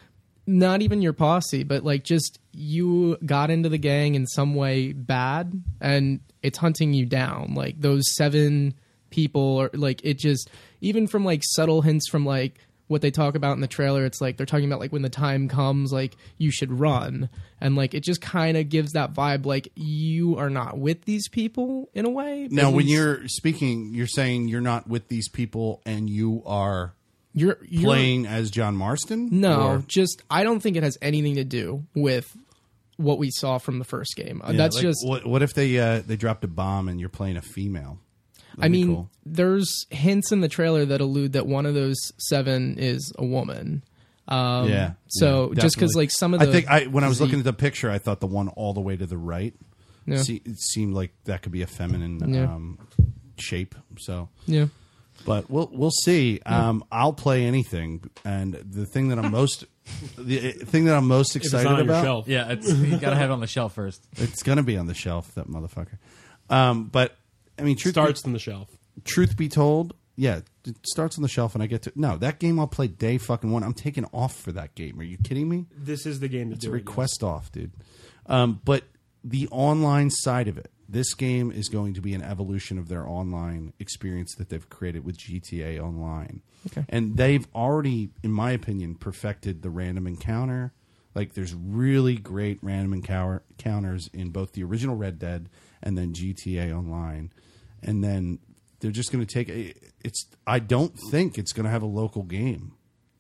A: not even your posse, but like just you got into the gang in some way bad and it's hunting you down. Like those seven people or like it just even from like subtle hints from like what they talk about in the trailer, it's like they're talking about like when the time comes, like you should run, and like it just kind of gives that vibe like you are not with these people in a way.
B: Now,
A: At
B: when
A: least
B: you're speaking, you're saying you're not with these people, and you are
A: you're, you're
B: playing as John Marston.
A: No,
B: Or-
A: just I don't think it has anything to do with what we saw from the first game. Uh,
B: Yeah,
A: That's
B: like,
A: just
B: What, what if they uh, they dropped a bomb and you're playing a female? That'd
A: I
B: be
A: mean,
B: cool.
A: there's hints in the trailer that allude that one of those seven is a woman. Um,
B: yeah.
A: So
B: yeah,
A: just because
B: definitely.
A: like some of
B: I
A: the
B: think I when I was looking at the picture, I thought the one all the way to the right.
A: Yeah.
B: Se- it seemed like that could be a feminine
A: Yeah.
B: um, shape. So
A: yeah.
B: But we'll we'll see. Um, I'll play anything, and the thing that I'm most the uh, thing that I'm most
C: If it's
B: excited
C: not on
B: about
C: your shelf.
D: Yeah, it's, you gotta have it on the shelf first.
B: it's gonna be on the shelf. That motherfucker. Um, but I mean, truth
C: starts on the shelf.
B: be, truth be told, yeah, it starts on the shelf, and I get to no that game I'll play day fucking one. I'm taking off for that game. Are you kidding me?
C: This is the game to
B: It's a
C: do it, yes.
B: request off, dude. Um, but the online side of it, this game is going to be an evolution of their online experience that they've created with GTA Online.
A: Okay.
B: And they've already, in my opinion, perfected the random encounter. Like, there's really great random encounter counters in both the original Red Dead and then GTA Online. And then they're just going to take it's. I don't think it's going to have a local game.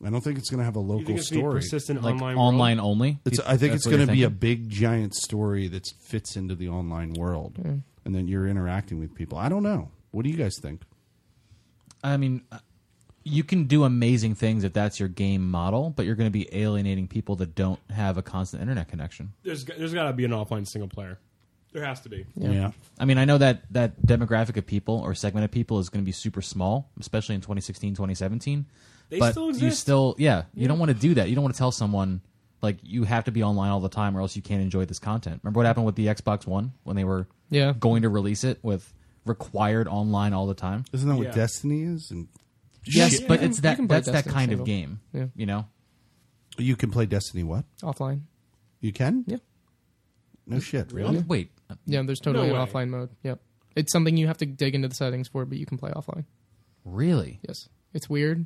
B: I don't think it's going to have a
C: You
B: local
C: think it's gonna be
B: story.
C: persistent
D: Like
C: online
D: online,
C: world?
D: only.
B: It's,
D: You-
B: I think it's
D: that's what you're
B: going to be a
D: thinking?
B: big giant story that fits into the online world, and then you're interacting with people. I don't know. What do you guys think?
D: I mean, uh, you can do amazing things if that's your game model, but you're going to be alienating people that don't have a constant internet connection.
C: There's there's got to be an offline single player. There has to be.
B: Yeah,
D: I mean, I know that that demographic of people or segment of people is going to be super small, especially in 2016, 2017.
C: They
D: but
C: still
D: you
C: exist.
D: still, yeah, you don't want to do that. You don't want to tell someone like you have to be online all the time or else you can't enjoy this content. Remember what happened with the Xbox One when they were
A: Yeah.
D: going to release it with required online all the time?
B: isn't that what
C: Yeah.
B: Destiny is? And
D: Yes,
A: Yeah,
D: but
A: you can-
D: it's
A: you
D: that
A: can play
D: that's that
A: Destiny
D: kind
A: single.
D: of game.
A: Yeah.
D: You know?
B: you can play Destiny. What
A: Offline.
B: you can?
A: Yeah.
B: No shit.
D: Oh, Wait.
A: Yeah, there's totally
C: No
A: an
C: way.
A: offline mode. Yep. It's something you have to dig into the settings for, but you can play offline.
D: Really?
A: Yes. It's weird.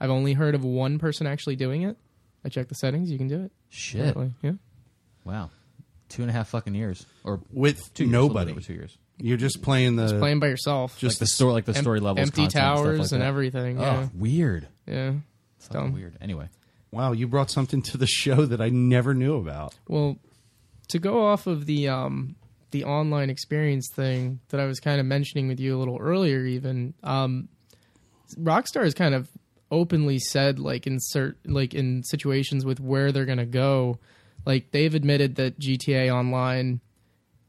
A: I've only heard of one person actually doing it. I checked the settings, you can do it.
D: Shit.
A: Apparently. Yeah.
D: Wow. Two and a half fucking years. Or
B: With
D: two years, a little
B: nobody.
D: bit Over two years.
B: You're just playing the.
A: Playing by yourself.
B: Uh, Just-
D: Like the story like the
A: Em-
D: story levels.
A: empty
D: content, stuff like
A: towers and
D: that.
A: everything.
D: Oh,
A: Yeah.
D: weird.
A: Yeah.
D: Fucking
A: Dumb.
D: weird. Anyway.
B: wow, you brought something to the show that I never knew about.
A: Well, to go off of the um, the online experience thing that I was kind of mentioning with you a little earlier, even um, Rockstar has kind of openly said like in cert, like in situations with where they're gonna go, like they've admitted that GTA Online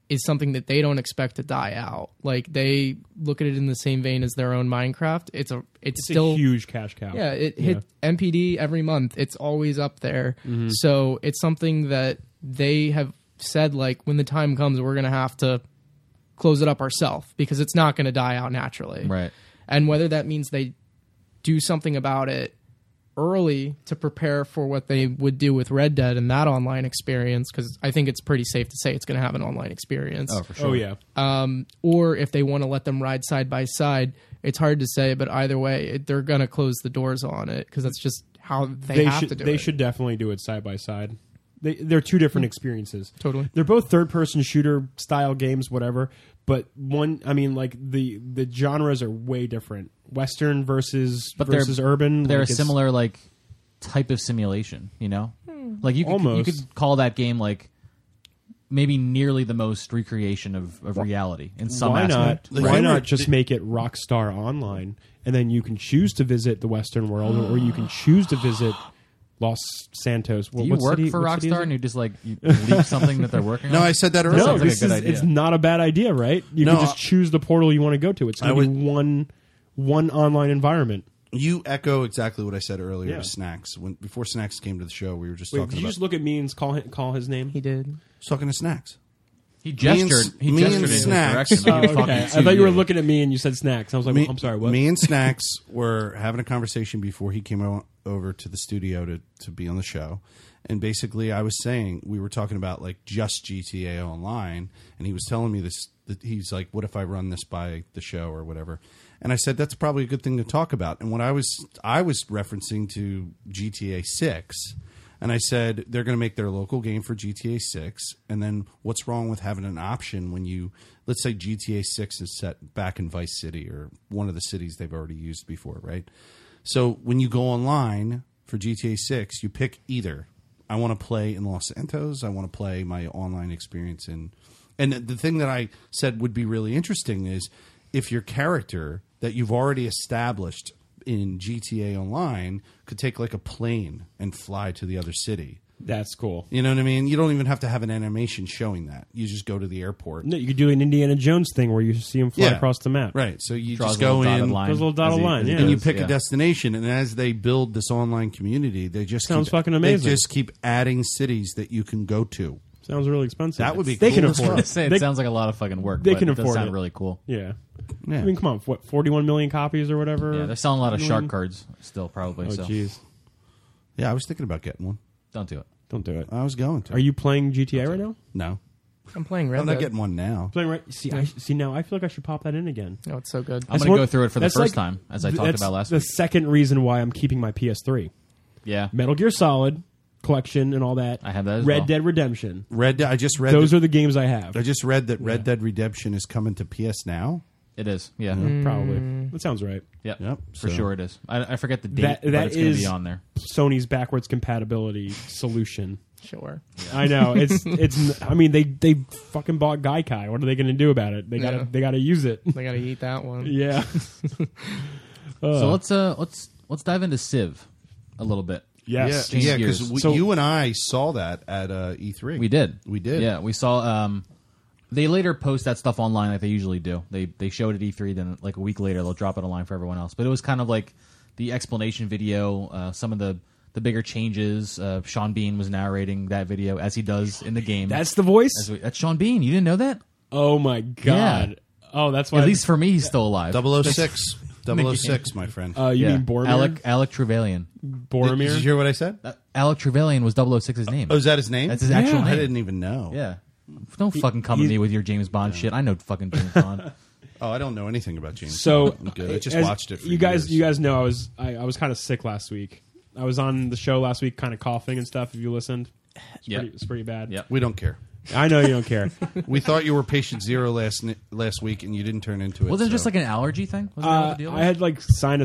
A: is something that they don't expect to die out. Like they look at it in the same vein as their own Minecraft. It's a it's,
C: It's
A: still
C: a huge cash cow.
A: yeah, it hit MPD every month. It's always up there.
D: Mm-hmm.
A: So it's something that they have said like when the time comes we're going to have to close it up ourselves because it's not going to die out naturally.
D: Right.
A: And whether that means they do something about it early to prepare for what they would do with Red Dead and that online experience cuz I think it's pretty safe to say it's going to have an online experience
D: Oh, for sure.
C: Oh yeah.
A: um, or if they want to let them ride side by side. It's hard to say, but either way, it, they're going to close the doors on it because that's just how they,
C: They,
A: have
C: should
A: to do
C: they
A: it.
C: should definitely do it side by side. They, they're two
D: Hmm.
C: different experiences.
A: Totally.
C: They're both third person shooter style games, whatever. But one, I mean, like the the genres are way different. Western versus
D: But they're-
C: versus urban.
D: They're
C: like,
D: a
C: it's-
D: similar like type of simulation, you know? Like you could
C: Almost.
D: you could call that game like maybe nearly the most recreation of, of reality in some
C: why not?
D: aspect.
C: Why
B: Right.
C: not just make it Rockstar Online, and then you can choose to visit the Western world, or you can choose to visit Los Santos. What,
D: Do you
C: what
D: work
C: city-
D: for
C: what city is
D: Rockstar
C: it?
D: and you just like you leave something that they're working
B: No,
D: on?
B: I said that
D: That
B: earlier.
C: No,
D: sounds like a
C: this
D: good
C: is
D: idea.
C: it's not a bad idea, right? You
B: No,
C: can just
B: I-
C: choose the portal you want to go to. It's
B: I
C: going to be one one online environment.
B: You echo exactly what I said earlier.
C: Yeah.
B: To snacks. When before snacks came to the show, we were just
C: Wait,
B: talking
C: did you
B: about
C: just look at me and call hi- call his name?
A: he did.
B: talking to snacks.
D: He
B: Me and-
D: gestured. He
B: me and
D: gestured in his
B: Snacks.
D: direction. but
C: Oh,
D: he was talking
C: okay. I
D: to
C: thought you were looking at me and you said snacks. I was like,
B: me,
C: well, I'm sorry, what?
B: Me and Snacks were having a conversation before he came o- over to the studio to, to be on the show. And basically, I was saying, we were talking about like just GTA Online. And he was telling me this, that he's like, what if I run this by the show or whatever? And I said that's probably a good thing to talk about. And what I was I was referencing to GTA Six, and I said they're going to make their local game for GTA Six, and then what's wrong with having an option when you let's say GTA Six is set back in Vice City or one of the cities they've already used before, right? So when you go online for GTA 6, you pick either. I want to play in Los Santos. I want to play my online experience in. And the thing that I said would be really interesting is if your character that you've already established in GTA Online could take like a plane and fly to the other city.
C: That's cool.
B: You know what I mean? You don't even have to have an animation showing that. You just go to the airport.
C: No, you could do an Indiana Jones thing where you see him fly
B: Yeah.
C: across the map.
B: Right. So you
D: Draws
B: just
D: a
B: go
D: little dotted
B: in.
D: line
C: Draws a little dotted
D: as he-
C: line,
D: as he
C: yeah.
B: and you
D: goes,
B: pick
D: yeah.
B: a destination. And as they build this online community, they just
C: Sounds
B: keep,
C: fucking
B: They
C: amazing.
B: just keep adding cities that you can go to.
C: Sounds really expensive.
B: That would be
C: They
B: cool
C: can
B: as
C: afford
B: fuck.
C: it.
D: Say it
C: They-
D: sounds like a lot of fucking work.
C: they
D: but
C: can
D: it does
C: afford
D: sound
C: it.
D: really cool.
C: Yeah.
B: Yeah.
C: I mean, come on, what, 41 million copies or whatever?
D: Yeah, they're selling a lot of
C: Million?
D: shark cards still, probably.
C: Oh,
D: so
C: jeez.
B: Yeah, I was thinking about getting one.
D: don't do it.
C: Don't do it.
B: I was going to.
C: Are you playing GTA right now?
B: No,
A: I'm playing
B: I'm
A: Red
B: not
A: Dead.
B: getting one now.
C: Playing right. See, I, see now I feel like I should pop that in again.
A: Oh, it's so good.
D: I'm
C: That's
D: going to
C: one-
D: go through it for the
C: that's
D: first
C: like-
D: time, as I talked
C: that's
D: about last
C: the
D: week.
C: second reason why I'm keeping my PS3.
D: Yeah,
C: Metal Gear Solid collection and all that.
D: I have that as
C: Red
D: well.
C: Dead Redemption.
B: Red. Dead- I just read.
C: Those
B: that,
C: are the games I have.
B: I just read that Red Dead Redemption is coming to PS now.
D: it is. Yeah,
C: Mm-hmm. Probably. That sounds right.
D: yep,
B: Yep,
D: for
B: so-
D: sure it is. I, I forget the date,
C: That-
D: but
C: that
D: it's going to
C: is-
D: be on there.
C: Sony's backwards compatibility solution.
A: Sure.
C: I know it's it's. I mean, they they fucking bought Gaikai. What are they going to do about it? They got to
A: Yeah.
C: they got to use it.
A: I gotta eat that one.
C: yeah.
D: so let's uh let's let's dive into Civ a little bit.
C: Yes.
D: Change
B: yeah, because
D: gears.
C: So-
B: you and I saw that at uh, E3.
D: We did.
B: We did.
D: Yeah, we saw. Um, they later post that stuff online like they usually do. They they show it at E3, then like a week later they'll drop it online for everyone else. But it was kind of like the explanation video, uh, some of the the bigger changes. Uh, Sean Bean was narrating that video as he does in the game.
C: That's the voice.
D: As we- that's Sean Bean. You didn't know that?
C: oh my god. Oh, that's why.
D: At least for me, he's still alive.
B: 006. 006, my friend.
C: uh, you
D: Yeah.
C: mean Boromir?
D: Alec Alec Trevelyan.
B: did, did you
C: Boromir.
B: hear what I said?
D: Uh, Alec Trevelyan was 006's name.
B: Oh, is that his name?
D: That's his actual
B: I
D: name.
B: didn't even know.
D: yeah. Don't fucking come to
C: he's-
D: me with your James Bond shit. I know fucking James Bond.
B: Oh, I don't know anything about James.
C: So
B: Bond. I'm good. I just
C: as-
B: watched it. For
C: you guys,
B: years.
C: you guys know I was I, I was kind of sick last week. I was on the show last week, kind of coughing and stuff. If you listened, it's,
D: Yep.
C: pretty, it's pretty bad.
D: Yep.
B: We don't care.
C: I know you don't care.
B: We thought you were patient zero last ni- last week, and you didn't turn into it.
D: Wasn't it
B: so-
D: just like an allergy thing? Wasn't that what
C: uh,
D: the deal
C: I
D: was?
C: had like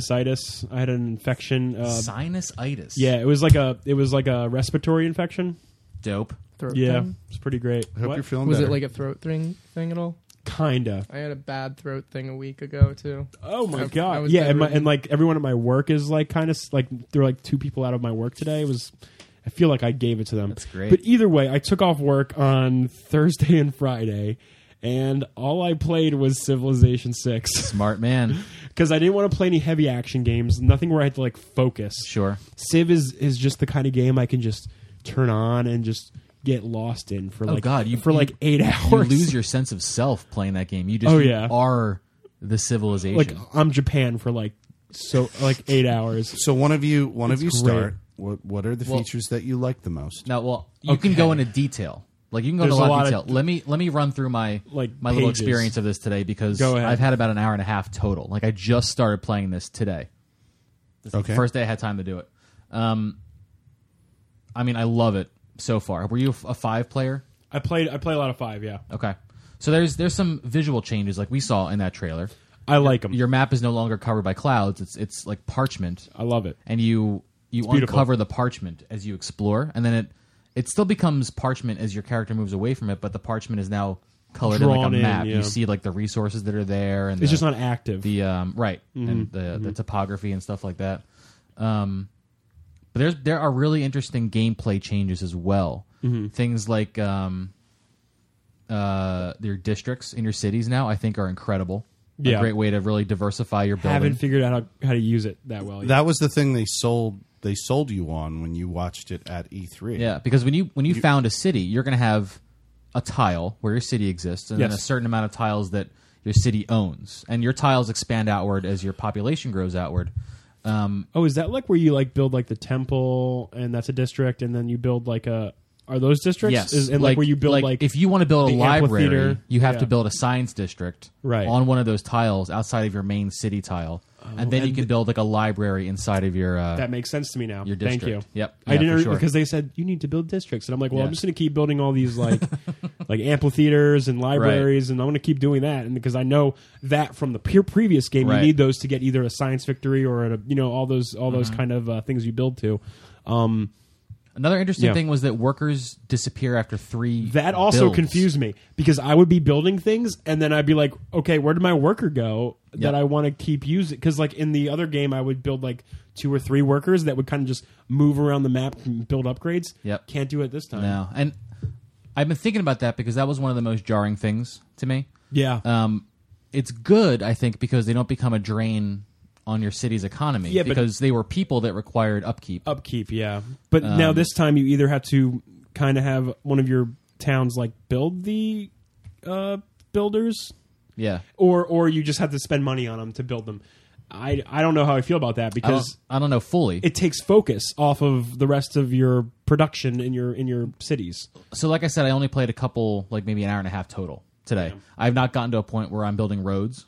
C: sinusitis. I had an infection. Uh,
D: sinusitis.
C: yeah, it was like a it was like a respiratory infection.
D: Dope.
A: Throat
C: Yeah,
A: thing?
C: it's pretty great.
B: I hope
C: What?
B: you're feeling
A: Was
B: better.
A: it like a throat thing thing at all?
C: Kinda.
A: I had a bad throat thing a week ago too.
C: Oh my
A: I- I
C: god!
A: was
C: Yeah, and, my,
A: bedridden.
C: and like everyone at my work is like kind of like there were like two people out of my work today. It was I feel like I gave it to them.
D: That's great.
C: But either way, I took off work on Thursday and Friday, and all I played was Civilization Six
D: Smart man.
C: because I didn't want to play any heavy action games. Nothing where I had to like focus.
D: Sure.
C: Civ is is just the kind of game I can just turn on and just get lost in for like
D: Oh, God, you-
C: for like
D: you-
C: eight
D: You
C: hours.
D: lose your sense of self playing that game. You just
C: Oh,
D: you
C: yeah.
D: are the civilization.
C: like I'm Japan for like so like eight hours.
B: so one of you, one of you
C: great.
B: start. What What are the
D: Well-
B: features that you like the most?
D: now, well, you can go into detail. Like you can go into a
C: There's
D: lot,
C: a
D: of
C: lot
D: detail.
C: of-
D: let me let me run through my
C: Like,
D: my little
C: pages.
D: experience of this today because
C: Go ahead.
D: I've had about an hour and a half total. Like I just started playing this today.
B: Okay.
D: First day I had time to do it. Um, I mean, I love it so far. Were you a f- a five player?
C: I played I play a lot of five. Yeah,
D: Okay. So there's there's some visual changes like we saw in that trailer.
C: I like them.
D: Your map is no longer covered by clouds. It's it's like parchment,
C: I love it.
D: and you you
C: beautiful.
D: uncover the parchment as you explore, and then it it still becomes parchment as your character moves away from it. But the parchment is now colored in like
C: Drawn
D: a
C: in,
D: map.
C: yeah.
D: You see like the resources that are there, and
C: It's
D: the,
C: just Mm-hmm. not active.
D: the um, right and the the topography and stuff like that. Um, but there's there are really interesting gameplay changes as well.
C: Mm-hmm.
D: Things like um, uh, your districts in your cities now, I think, are incredible.
C: Yeah.
D: a great way to really diversify your building.
C: Haven't figured out how, how to use it that well. Yet.
B: That was the thing they sold. They sold you on when you watched it at E E3.
D: Yeah, because when you when you, found a city, you're going to have a tile where your city exists, and then
C: Yes.
D: a certain amount of tiles that your city owns, and your tiles expand outward as your population grows outward. Um,
C: oh, is that like where you like build like the temple and that's a district, and then you build like a Are those districts?
D: Yes,
C: Is, and like, where you build like,
D: if you want to build a
C: the
D: library,
C: amphitheater.
D: you have to
C: Yeah.
D: build a science district
C: Right. Oh,
D: on one of those tiles outside of your main city tile, and then you
C: and
D: can build like a library inside of your. Uh,
C: that makes sense to me now.
D: Your
C: Thank you.
D: district. Yep.
C: I
D: Yeah,
C: didn't
D: for sure.
C: because they said you need to build districts, and I'm like, well,
D: Yeah.
C: I'm just going to keep building all these like like amphitheaters and libraries, and I'm going to keep doing that, and because I know that from the pure previous game,
D: Right.
C: you need those to get either a science victory or a, you know all those all
D: Mm-hmm.
C: those kind of uh, things you build to. Um,
D: another interesting
C: Yeah.
D: thing was that workers disappear after three.
C: that also
D: builds.
C: confused me because I would be building things and then I'd be like, okay, where did my worker go
D: Yep.
C: that I want to keep using? Because like in the other game, I would build like two or three workers that would kind of just move around the map and build upgrades.
D: Yep.
C: Can't do it this time.
D: No, and I've been thinking about that because that was one of the most jarring things to me.
C: Yeah.
D: Um, it's good, I think, because they don't become a drain on your city's economy.
C: Yeah, but-
D: because they were people that required upkeep.
C: Upkeep, yeah. But now
D: um,
C: this time you either have to kind of have one of your towns like build the uh, builders
D: yeah,
C: or or you just have to spend money on them to build them. I, I don't know how I feel about that
D: I don't,
C: because
D: I don't know fully.
C: it takes focus off of the rest of your production in your in your cities.
D: so like I said, I only played a couple, like maybe an hour and a half total today. I've not gotten to a point where I'm building roads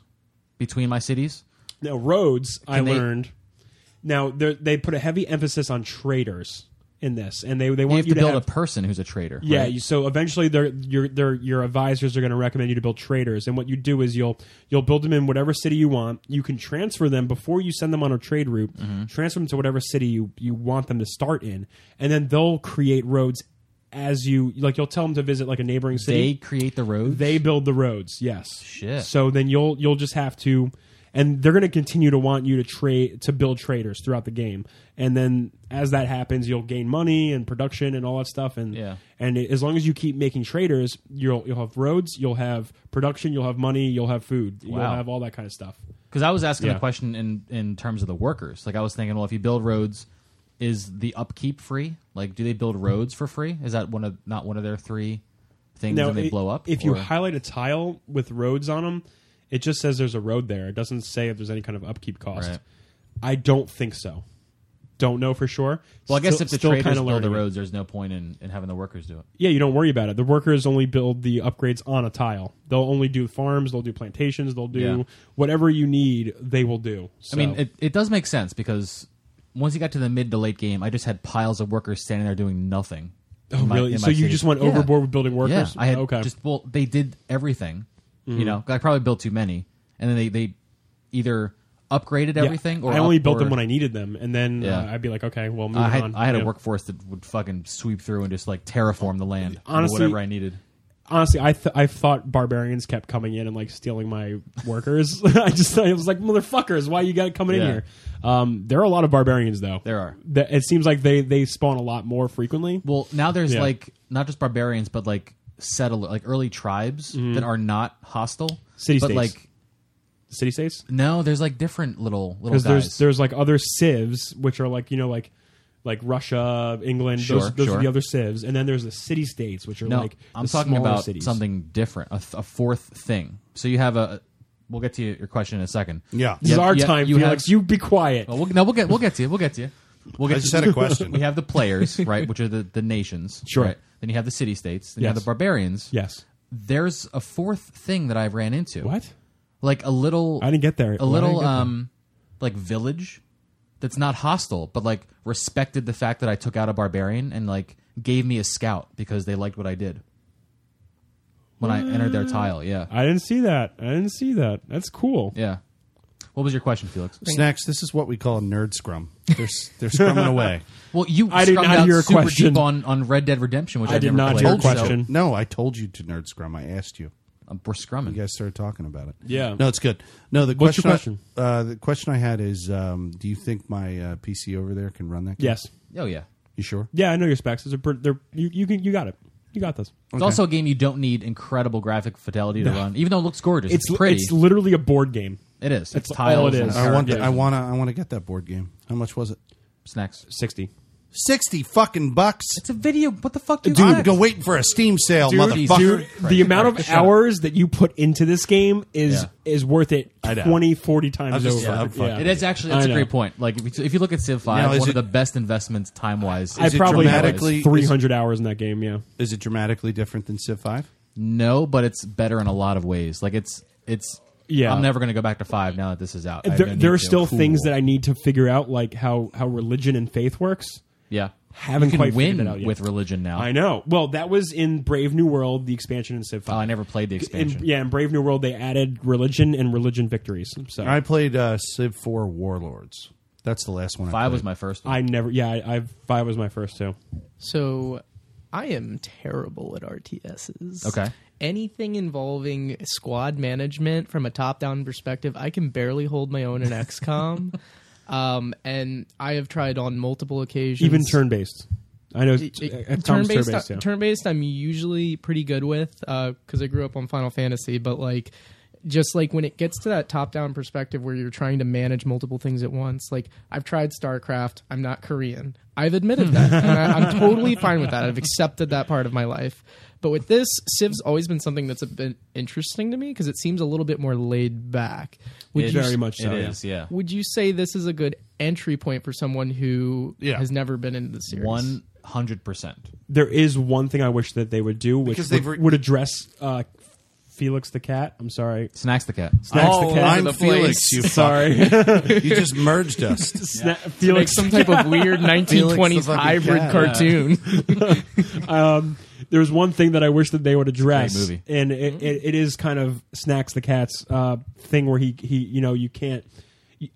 D: between my cities.
C: Now roads, I
D: they-
C: learned. Now they're- they put a heavy emphasis on traders in this, and they they
D: You
C: want
D: have
C: you,
D: to build
C: have,
D: a person who's a trader.
C: yeah.
D: right?
C: You, so eventually, their your their your advisors are going to recommend you to build traders, and what you do is you'll you'll build them in whatever city you want. You can transfer them before you send them on a trade route.
D: Mm-hmm.
C: Transfer them to whatever city you you want them to start in, and then they'll create roads as you like. You'll tell them to visit like a neighboring city.
D: they create the roads.
C: They build the roads, yes.
D: Shit.
C: So then you'll you'll just have to, and they're going to continue to want you to trade to build traders throughout the game, and then as that happens, you'll gain money and production and all that stuff, and
D: Yeah.
C: and as long as you keep making traders, you'll you'll have roads, you'll have production, you'll have money, you'll have food,
D: Wow.
C: you'll have all that kind of stuff.
D: Because I was asking the
C: Yeah.
D: question in in terms of the workers. Like I was thinking, well, if you build roads, is the upkeep free? Like, do they build roads for free? Is that one of not one of their three things
C: Now,
D: that they
C: i-
D: blow up?
C: If you
D: Or-
C: highlight a tile with roads on them, it just says there's a road there. It doesn't say if there's any kind of upkeep cost.
D: Right.
C: I don't think so. Don't know for sure.
D: well, I guess
C: Still-
D: if the
C: still
D: traders
C: kinda
D: build the
C: learning.
D: roads, there's no point in, in having the workers do it.
C: yeah, you don't worry about it. The workers only build the upgrades on a tile. They'll only do farms. They'll do plantations. They'll do
D: Yeah.
C: whatever you need. They will do. So,
D: I mean, it, it does make sense because once you got to the mid to late game, I just had piles of workers standing there doing nothing.
C: oh,
D: in my-
C: really?
D: in my
C: So you
D: city.
C: just went
D: Yeah.
C: overboard with building workers?
D: Yeah, I had
C: okay. Mm-hmm.
D: just well, they did everything. You know, I probably built too many, and then they they either upgraded
C: Yeah.
D: everything or
C: I only
D: up-
C: built
D: or-
C: them when I needed them, and then
D: Yeah.
C: uh, I'd be like, okay, well, move
D: I had,
C: on.
D: I had a
C: Yeah.
D: workforce that would fucking sweep through and just like terraform the land, or
C: Honestly-
D: whatever I needed.
C: honestly, I th- I thought barbarians kept coming in and like stealing my workers. I just I was like, motherfuckers, why you got coming
D: Yeah.
C: in here? Um, there are a lot of barbarians though.
D: There are.
C: Th- It seems like they they spawn a lot more frequently.
D: Well, now there's
C: Yeah.
D: like not just barbarians, but like settler, like early tribes that are not hostile.
C: Mm-hmm. City
D: but
C: states.
D: like
C: City states
D: no, there's like different little little
C: because
D: guys.
C: there's there's like other civs which are like you know like like Russia, England.
D: Sure,
C: those those
D: sure.
C: are the other civs, and then there's the city states which are
D: no,
C: like
D: I'm
C: the
D: talking
C: smaller
D: about
C: cities.
D: something different, a, th- a fourth thing. So you have a. We'll get to your question in a second.
B: Yeah.
C: This is
D: Yeah,
C: our
D: yeah,
C: time,
D: you
C: Felix.
D: have- Oh.
C: you be quiet.
D: Well, we'll, no, we'll get we'll get to you. We'll get to you. We'll
B: I
D: get to
B: just had a question.
D: We have the players, right, which are the, the nations.
C: Sure.
D: Right? Then you have the city states. Then you have
C: Yes.
D: the barbarians.
C: Yes.
D: There's a fourth thing that I ran into.
C: What?
D: Like a little.
C: I didn't get there. Why
D: A little
C: didn't I get there?
D: um, like village, that's not hostile, but like respected the fact that I took out a barbarian and like gave me a scout because they liked what I did. When I entered
C: Mm.
D: their tile, yeah,
C: I didn't see that. I didn't see that. That's cool.
D: yeah. What was your question, Felix?
B: Snacks, this is what we call a nerd scrum. They're, s- they're scrumming away.
D: Well, you
C: I did
D: strummed
C: not
D: out
C: hear a
D: super
C: question.
D: deep on, on Red Dead Redemption, which I,
C: I did
D: never
C: not
D: played,
C: hear a
D: so-
C: question.
B: No, I told you to nerd scrum. I asked you.
D: Um, we're scrumming.
B: You guys started talking about it.
C: Yeah.
B: No, it's good. No, the
C: What's your
B: question. I- uh, the question I had is, um, do you think my uh, PC over there can run that? game?
C: Yes.
D: Oh yeah.
B: You sure?
C: Yeah, I know your specs. It's a pr- they're, you you can you got it. You got this.
D: It's also a game you don't need incredible graphic fidelity to run, even though it looks gorgeous. It's,
C: It's
D: pretty.
C: it's literally a board game.
D: it is. It's
C: all
D: tiles.
C: it
D: and
C: is.
B: I want.
C: Yeah.
B: I want to. I want to get that board game. How much was it?
D: snacks.
C: Sixty.
B: Sixty fucking bucks,
D: It's a video. What the fuck, do you
B: dude.
D: expect?
B: Go waiting for a Steam sale, motherfucker.
C: dude, the amount of hours that you put into this game is
D: Yeah.
C: is worth it
B: I know.
C: 20, 40 times
B: I'm just-
C: over.
B: yeah, I'm fucking-
D: It is actually that's
C: I
D: a
C: know.
D: great point. Like if you, if you look at Civ Five,
B: Now, is
D: one
B: it-
D: of the best investments time wise.
C: I
B: it
C: probably
B: dramatically-
C: have three hundred hours in that game. Yeah,
B: Is it dramatically different than Civ Five?
D: No, but it's better in a lot of ways. Like it's it's.
C: Yeah.
D: I'm never going to go back to five now that this is out. I
C: there,
D: don't
C: there are
D: need to.
C: still things
B: Cool.
C: that I need to figure out, like how how religion and faith works.
D: yeah.
C: haven't
D: you can
C: quite
D: win
C: figured it out yet.
D: with religion now.
C: I know. Well, that was in Brave New World, the expansion in Civ
D: Oh,
C: Five.
D: I never played the
C: In-
D: expansion.
C: yeah, in Brave New World, they added religion and religion victories. So
B: I played uh, Civ Four Warlords. That's the last one. I
D: Five
B: played.
D: was my first. One.
C: I never. Yeah, I, I five was my first too.
A: So I am terrible at RTSs.
D: Okay.
A: Anything involving squad management from a top down perspective, I can barely hold my own in XCOM. um, and I have tried on multiple occasions.
C: Even turn based. I know
A: turn
C: turn
A: based
C: based. Yeah.
A: turn based uh, I'm usually pretty good with because I grew up on Final Fantasy, but like just like when it gets to that top down perspective where you're trying to manage multiple things at once, like I've tried StarCraft, I'm not Korean. I've admitted that. and I, I'm totally fine with that. I've accepted that part of my life. But with this, Civ's always been something that's a bit interesting to me because it seems a little bit more laid back. Would
D: It-
A: you
C: very much so,
D: It
C: yeah.
D: is, yeah.
A: would you say this is a good entry point for someone who
B: Yeah.
A: has never been into the series?
D: One hundred percent.
C: There is one thing I wish that they would do, which
B: Because
C: would,
B: they've re-
C: would address uh, Felix the cat. I'm sorry.
D: Snacks the cat.
C: Snacks
B: Oh,
C: the cat.
B: I'm
A: the
B: Felix.
A: place.
B: You
C: sorry.
B: fuck. you just merged us.
C: Sna-
A: like
C: Felix.
A: some type of weird
B: Felix
A: 1920s
B: the fucking
A: hybrid
B: cat.
A: cartoon.
C: there was one thing that I wish that they would address,
D: Great movie.
C: and
B: Mm-hmm.
C: it, it, it is kind of snacks the cat's uh, thing where he he you know you can't.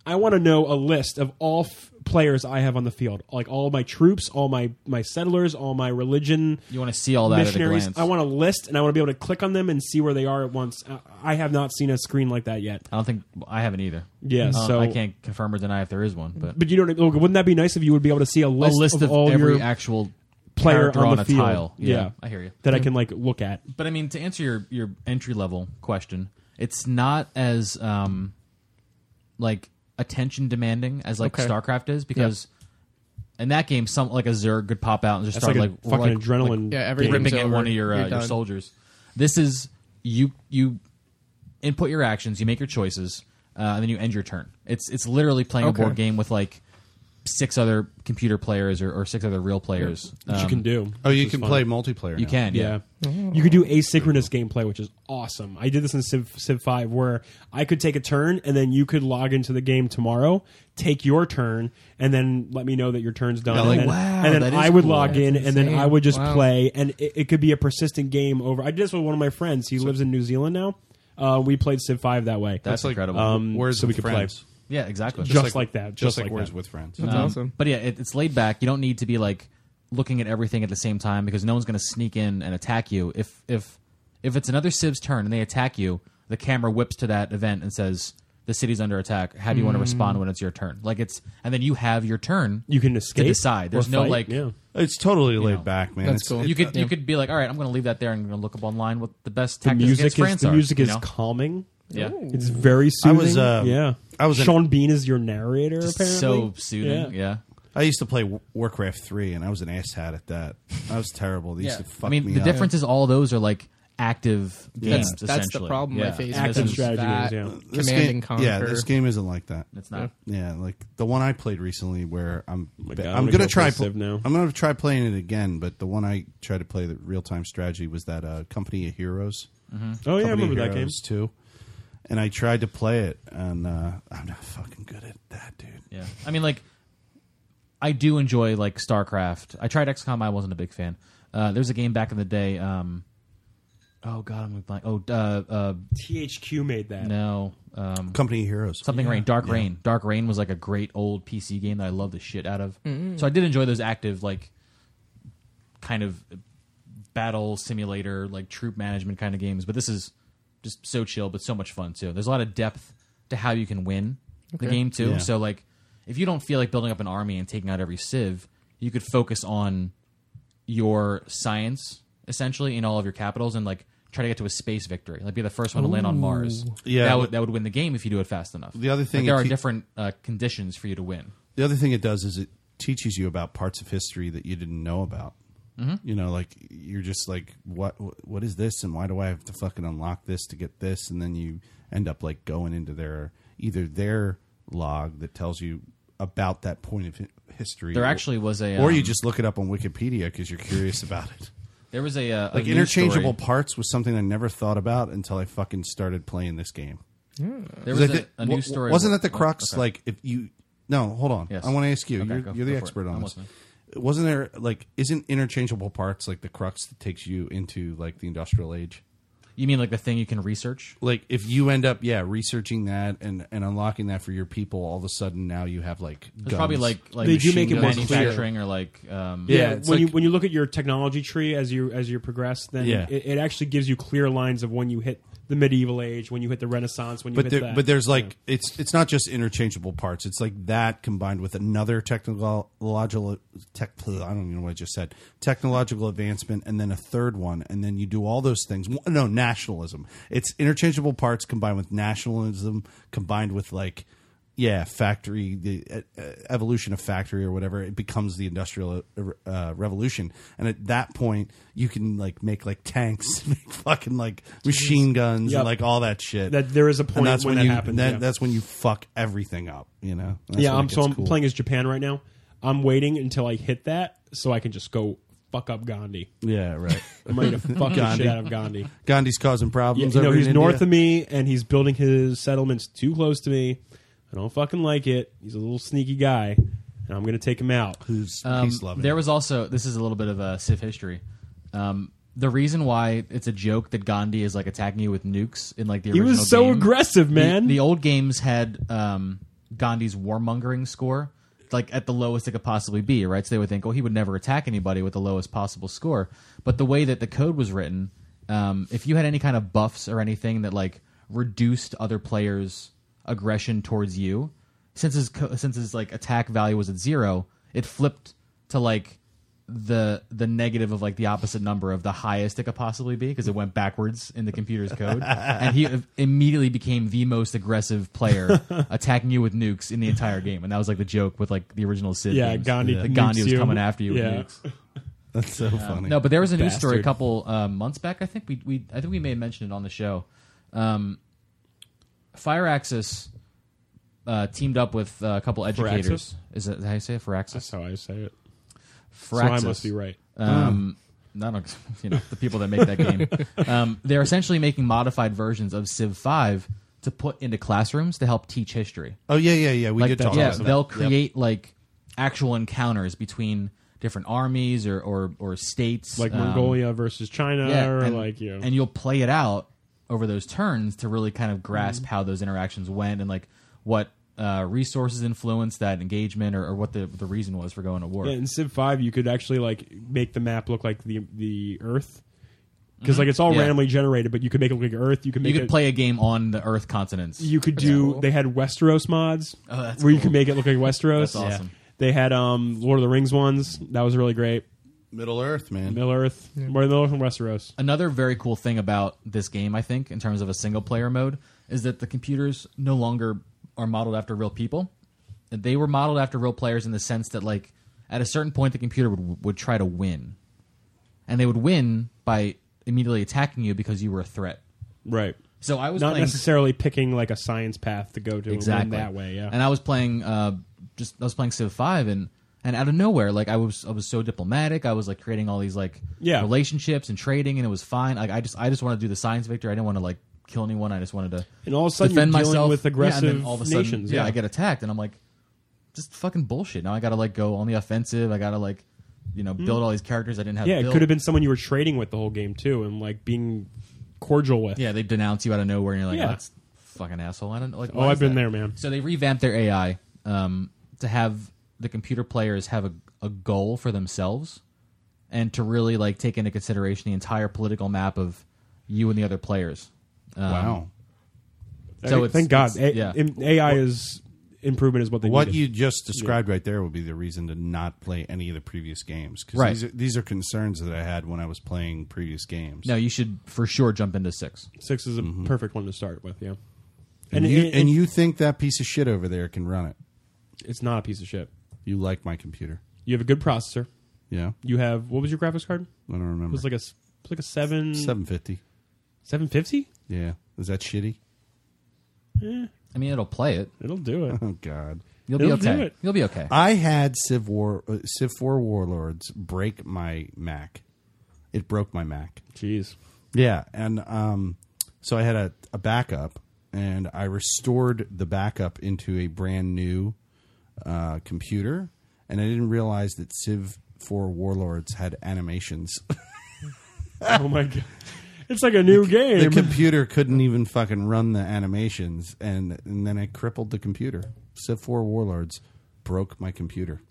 C: I want to know a list of all f- players I have on the field, like all my troops, all my my settlers, all my religion.
D: You want to see all that at a
C: missionaries.
D: glance.
C: I want a list, and I want to be able to click on them and see where they are at once. I- I have not seen a screen like that yet.
D: I don't think I haven't either.
C: Yeah,
D: I don't-
C: so-
D: I can't confirm or deny if there is one, but
C: But you know, what I- look, wouldn't that be nice if you would be able to see a
D: a
C: list,
D: list
C: of,
D: of,
C: all
D: every
C: your
D: actual
C: player
D: character
C: on
D: on,
C: the
D: a
C: field.
D: tile. Yeah,
C: Yeah.
D: I hear you.
C: that I can like look at?
D: But I mean, to answer your your entry level question, it's not as um like attention demanding as like
A: Okay.
D: StarCraft is because in that game, some like a Zerg could pop out and just
C: That's
D: start
C: like,
D: like,
C: a fucking adrenaline.
A: Yeah, every-
C: game.
D: ripping
A: Game's
D: at
A: over.
D: one of your
A: You're
D: uh, your
A: done.
D: soldiers. This is you you input your actions, you make your choices, uh, and then you end your turn. It's it's literally playing
A: Okay.
D: a board game with like six other computer players or, or six other real players.
C: which you
D: Um,
C: can do.
B: Oh, you
C: which is
B: can
C: fun.
B: play multiplayer.
D: You
B: now.
D: can, yeah.
C: Yeah.
A: Mm-hmm.
C: You could do asynchronous gameplay, which is awesome. I did this in Civ, Civ 5 where I could take a turn and then you could log into the game tomorrow, take your turn, and then let me know that your turn's done.
B: Yeah,
C: and
B: like,
C: then,
D: wow,
C: and
D: that
C: then
D: is
C: I would
D: cool.
C: log
A: That's
C: in and then
A: insane.
C: I would just
A: Wow.
C: play. And it, it could be a persistent game over. I did this with one of my friends. He lives in New Zealand now. Uh, we played Civ 5 that way.
D: That's incredible.
C: um,
B: Words
C: so we
B: with
C: could play.
B: friends.
D: yeah, exactly.
C: Just like that, just like
B: words
C: that.
B: with friends.
A: That's
D: Um,
A: awesome.
D: But yeah, it, it's laid back. You don't need to be like looking at everything at the same time because no one's going to sneak in and attack you. If if if it's another Civ's turn and they attack you, the camera whips to that event and says the city's under attack. How do you want to respond when it's your turn? Like it's and then you have your turn.
C: Mm. You can
D: to
C: escape.
D: decide. There's
C: or
D: no
C: fight.
D: like.
C: Yeah.
B: It's totally laid
D: know,
B: back, man.
A: that's
B: It's-
A: cool.
B: it-
D: You could you
A: Yeah.
D: could be like, all right, I'm going to leave that there and I'm going to look up online what the best
C: The
D: tactics
C: music
D: against
C: is,
D: France
C: the
D: are.
C: music
D: you
C: is
D: know?
C: calming.
D: yeah.
C: It's very
B: I
C: soothing.
B: was, uh,
C: yeah.
B: I was in-
C: Sean Bean is your narrator. apparently,
D: So soothing, yeah.
B: I used to play W- Warcraft three, and I was an asshat at that. I was terrible. They used to fuck
D: I mean,
B: me
D: the
B: up.
D: difference is all those are like active
A: That's,
D: games.
A: that's the
D: essentially.
A: problem
D: yeah.
A: I face.
C: Active
A: with
C: strategy
A: that
C: games,
B: This
A: Command
B: game-
A: and conquer.
B: Yeah, this game isn't like that.
D: It's not.
B: Yeah, like the one I played recently, where I'm
C: Oh my God, I'm
B: I'm
C: gonna
B: gonna
C: go
B: try.
C: play Civ now.
B: I'm gonna try playing it again, but the one I tried to play the real time strategy was that uh, Company of Heroes.
C: Oh yeah, I
B: Company of
C: remember that game.
B: Heroes too. And I tried to play it, and uh, I'm not fucking good at that, dude.
D: Yeah. I mean, like, I do enjoy, like, StarCraft. I tried XCOM. I wasn't a big fan. Uh, there's a game back in the day. Um, oh, God, I'm blank. Oh, uh, uh,
C: THQ made that.
D: no. Um,
B: Company of Heroes.
D: something Rain. Dark Rain. Dark Rain was, like, a great old PC game that I loved the shit out of.
B: Mm-hmm.
D: So I did enjoy those active, like, kind of battle simulator, like, troop management kind of games. But this is just so chill, but so much fun, too. There's a lot of depth to how you can win the game, too.
B: Yeah.
D: So, like, if you don't feel like building up an army and taking out every civ, you could focus on your science essentially in all of your capitals and like try to get to a space victory, like be the first one to land on Mars.
B: Yeah.
D: that would, that would win the game if you do it fast enough.
B: The other thing
D: Like, there
B: it
D: are
B: te-
D: different uh, conditions for you to win.
B: The other thing it does is it teaches you about parts of history that you didn't know about.
D: Mm-hmm.
B: You know, like you're just like, what? What is this? And why do I have to fucking unlock this to get this? And then you end up like going into their either their log that tells you about that point of hi- history.
D: There
B: or-
D: actually was a,
B: or you
D: um,
B: just look it up on Wikipedia because you're curious about it.
D: There was a, uh, a
B: Like
D: news
B: interchangeable
D: story.
B: parts was something I never thought about until I fucking started playing this game.
D: There was
B: Like
D: a,
B: the- wa-
D: a news
B: wa-
D: story.
B: Wasn't
D: where-
B: that the crux? Like, if you no, hold on.
D: Yes.
B: I want to ask you.
D: Okay,
B: you're
D: go-
B: you're the
D: go for
B: expert
D: it.
B: on
D: I'm
B: this.
D: listening.
B: Wasn't there like isn't interchangeable parts like the crux that takes you into like the industrial age?
D: You mean like the thing you can research?
B: Like if you end up yeah researching that and and unlocking that for your people, all of a sudden now you have like
D: It's probably
B: guns.
D: like like
C: They do make
D: machine
C: it more
D: gun manufacturing or like um,
B: Yeah,
C: Yeah,
B: it's
C: when
B: like-
C: you when you look at your technology tree as you as you progress, then
B: Yeah.
C: it, it actually gives you clear lines of when you hit the medieval age, when you hit the Renaissance, when you
B: but
C: hit
B: there,
C: that.
B: but there's like it's it's not just interchangeable parts. It's like that combined with another technological tech. I don't even know what I just said. Technological advancement, and then a third one, and then you do all those things. Mo- No nationalism. It's interchangeable parts combined with nationalism, combined with like yeah, factory the uh, uh, evolution of factory or whatever. It becomes the industrial uh, revolution, and at that point, you can like make like tanks, make fucking like machine guns,
C: Yep.
B: and like all that shit
C: that there is a point
B: and that's
C: when,
B: when,
C: that
B: you,
C: happens.
B: that-
C: yeah.
B: That's when you fuck everything up. You know. That's
C: yeah,
B: when it
C: I'm so
B: gets
C: I'm
B: cool.
C: playing as Japan right now. I'm waiting until I hit that so I can just go fuck up Gandhi.
B: Yeah, right.
C: I'm ready to fuck the shit out of Gandhi.
B: Gandhi's causing
C: Yeah,
B: problems.
C: you know,
B: over
C: he's
B: in
C: north
B: India.
C: of me and he's building his settlements too close to me. I don't fucking like it. He's a little sneaky guy, and I'm gonna take him out.
B: Who's
D: Um,
B: peace loving?
D: there was also this is a little bit of a Civ history. Um, the reason why it's a joke that Gandhi is like attacking you with nukes in like the
C: He
D: original
C: was so
D: game,
C: aggressive,
D: the-
C: man.
D: The, old games had um, Gandhi's warmongering score like at the lowest it could possibly be, right? So they would think, oh, he would never attack anybody with the lowest possible score. But the way that the code was written, um, if you had any kind of buffs or anything that like reduced other players' aggression towards you, since his co- since his like attack value was at zero, it flipped to like the the negative of like the opposite number of the highest it could possibly be because it went backwards in the computer's code and he immediately became the most aggressive player attacking you with nukes in the entire game and that was like the joke with like the original Sid
C: Yeah,
D: games,
C: Gandhi
D: that
C: nukes
D: Gandhi was
C: you.
D: coming after you
C: Yeah.
D: with nukes
B: that's so funny.
D: no but there was a news story a
C: Bastard.
D: couple uh, months back I think we, we I think we may have mentioned it on the show um, Fireaxis uh, teamed up with uh, a couple educators is that how you say it Firaxis
C: That's how I say it.
D: Firaxis
C: So I must be right.
D: um, not ex- you know the people that make that game. Um, they're essentially making modified versions of Civ Five to put into classrooms to help teach history.
B: oh yeah, yeah, yeah. We
D: Like
B: did
D: that-
B: talk
D: yeah,
B: about that.
D: they'll create like actual encounters between different armies or or, or states,
C: Like
D: um,
C: Mongolia versus China,
D: yeah,
C: or
D: and,
C: like you. know.
D: and you'll play it out over those turns to really kind of grasp how those interactions went and like what uh, resources influenced that engagement or, or what the the reason was for going to war.
C: Yeah, in Civ Five, you could actually like make the map look like the the Earth, because like it's all
D: Mm-hmm. Yeah.
C: randomly generated. But you could make it look like Earth. You could make
D: you could
C: it,
D: play a game on the Earth continents.
C: You could do.
A: cool.
C: They had Westeros mods,
D: Oh, that's
C: where you
D: cool.
C: could make it look like Westeros.
D: That's awesome.
C: They had um, Lord of the Rings ones. That was really great.
B: Middle Earth, man.
C: Middle Earth, more Middle Earth and Westeros.
D: another very cool thing about this game, I think, in terms of a single player mode, is that the computers no longer are modeled after real people. They were modeled after real players in the sense that, like, at a certain point, the computer would, would try to win. And they would win by immediately attacking you because you were a threat.
C: Right.
D: So I was
C: Not
D: playing
C: necessarily picking like a science path to go to
D: exactly
C: and win that way. Yeah.
D: And I was playing uh, just I was playing Civ Five, and and out of nowhere, like I was I was so diplomatic. I was like creating all these like
C: Yeah.
D: relationships and trading, and it was fine. Like I just I just wanted to do the science victory. I didn't want to like kill anyone. I just wanted to
C: And all of a sudden
D: defend
C: you're dealing
D: myself
C: with aggressive
D: yeah, and then all of a sudden,
C: nations,
D: Yeah,
C: yeah.
D: I get attacked, and I'm like, just fucking bullshit. Now I got to like go on the offensive. I got to like you know build all these characters I didn't have.
C: Mm. yeah, it
D: built.
C: could have been someone you were trading with the whole game too, and like being cordial with.
D: Yeah, they denounce you out of nowhere, and you're like,
C: Yeah.
D: oh, that's fucking asshole. I don't like.
C: Oh,
D: why
C: I've
D: is
C: been
D: that?
C: there, man.
D: So they revamped their AI um, to have the computer players have a, a goal for themselves, and to really like take into consideration the entire political map of you and the other players. Um,
B: wow.
D: So
C: Thank-
D: it's-
C: thank God,
D: it's-
C: A-
D: yeah.
C: im- AI is improvement is what they
B: What
C: needed.
B: you just described right there would be the reason to not play any of the previous games. 'cause
D: Right.
B: These are, these are concerns that I had when I was playing previous games.
D: No, you should for sure jump into six.
C: Six is a perfect one to start with. Yeah.
B: and,
C: And
B: you
C: it-
B: Mm-hmm. and
C: it-
B: you think that piece of shit over there can run it?
C: it's not a piece of shit.
B: You like my computer?
C: You have a good processor.
B: Yeah,
C: You have what was your graphics card?
B: I don't
C: It
B: remember.
C: was like a s- it was like a seven
B: seven fifty.
C: seven fifty.
B: Yeah, is that shitty?
D: I mean, it'll play it.
C: It'll do it.
B: Oh God.
D: You'll be
C: It'll do
D: okay.
C: it.
D: You'll be okay.
B: I had Civ War uh, Civ Four Warlords break my Mac. It broke my Mac.
C: Jeez.
B: Yeah, and um, so I had a, a backup, and I restored the backup into a brand new uh, computer, and I didn't realize that Civ Four Warlords had animations.
C: Oh my god. It's like a new
B: the
C: game.
B: computer couldn't even fucking run the animations, and and then I crippled the computer. Civ Four Warlords broke my computer.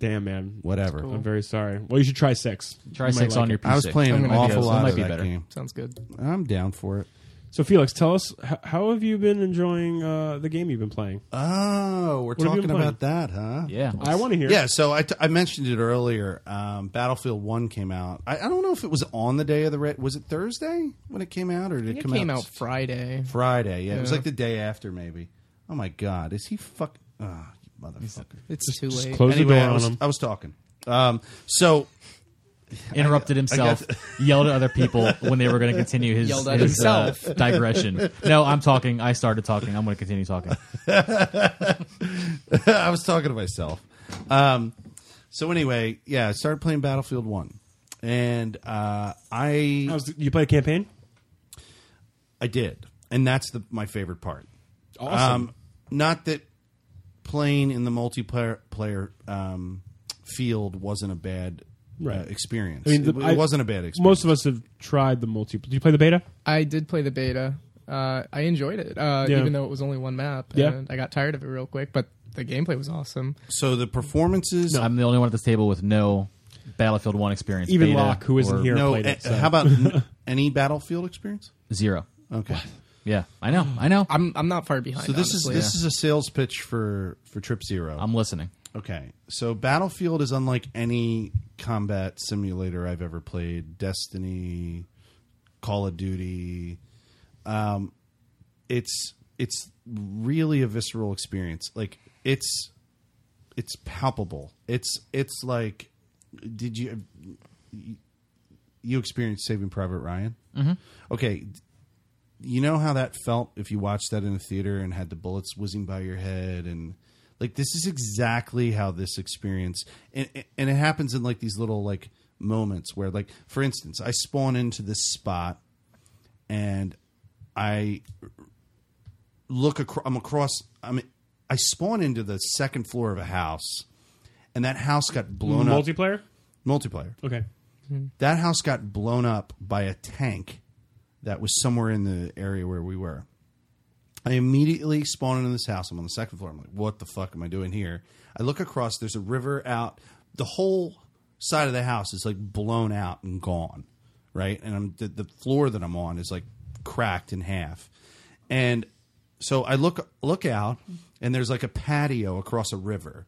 C: Damn man.
B: Whatever.
C: I'm very sorry. Well, you should try six.
D: Try
C: You might
D: six
C: like
D: on
C: it.
D: your. PC.
B: I was playing
A: I'm
B: an
A: gonna do
B: awful
A: this.
B: lot
D: It might
B: of
D: be
B: that
D: better.
B: game.
A: Sounds good.
B: I'm down for it.
C: So Felix, tell us h- how have you been enjoying uh, the game you've been playing?
B: Oh, we're
C: What have you
B: talking
C: been
B: about that, huh?
D: Yeah,
C: I want to hear.
B: Yeah, so I, t- I mentioned it earlier. Um, Battlefield 1 came out. I, I don't know if it was on the day of the. Re- was it Thursday when it came out, or did it,
A: It
B: come
A: came
B: out,
A: out Friday.
B: Friday? Yeah, it was
A: Yeah.
B: like the day after, maybe. Oh, my God. Is he fuck. Ah, you motherfucker.
A: It's too late.
C: Close
B: Anyway,
C: the door
B: I was,
C: on them.
B: I was talking. Um, so
D: interrupted himself, yelled at other people when they were going to continue his,
A: Yelled at
D: his, uh, digression. No, I'm talking. I started talking. I'm going to continue talking.
B: I was talking to myself. Um, so, anyway, yeah, I started playing Battlefield 1. And uh, I.
C: How's the- you play a campaign?
B: I did, and that's the my favorite part.
C: Awesome.
B: Um, not that playing in the multiplayer player um, field wasn't a bad uh,
C: Right.
B: experience.
C: I mean, the-
B: it, it
C: I-
B: wasn't a bad experience.
C: Most of us have tried the multi. Did you play the beta?
A: I did play the beta. Uh, I enjoyed it, uh,
C: Yeah.
A: even though it was only one map.
C: Yeah.
A: and I got tired of it real quick, but the gameplay was awesome.
B: so the performances.
D: I'm the only one at this table with no Battlefield One experience.
C: Even
D: beta
C: Locke, who isn't
D: or
C: here,
B: No,
C: played it,
B: eh,
C: so.
B: how about any battlefield experience?
D: zero.
B: Okay,
D: Yeah, I know. I know.
A: I'm I'm not far behind.
B: so this
A: honestly.
B: is this is a sales pitch for for Trip 0
D: I'm listening.
B: Okay. So Battlefield is unlike any combat simulator I've ever played. Destiny, Call of Duty. Um, it's it's really a visceral experience. Like it's it's palpable. It's it's like did you you experienced Saving Private Ryan? Mm-hmm. Okay. You know how that felt if you watched that in a theater and had the bullets whizzing by your head and like this is exactly how this experience and and it happens in like these little like moments where like for instance I spawn into this spot and I look across I'm across I'm I spawn into the second floor of a house and that house got
C: Oh,
B: blown up
C: multiplayer?
B: multiplayer
C: Okay.
B: that house got blown up by a tank that was somewhere in the area where we were. I immediately spawn into this house. I'm on the second floor. I'm like, what the fuck am I doing here? I look across. There's a river out. The whole side of the house is like blown out and gone, right? And I'm the, the floor that I'm on is like cracked in half. And so I look look out, and there's like a patio across a river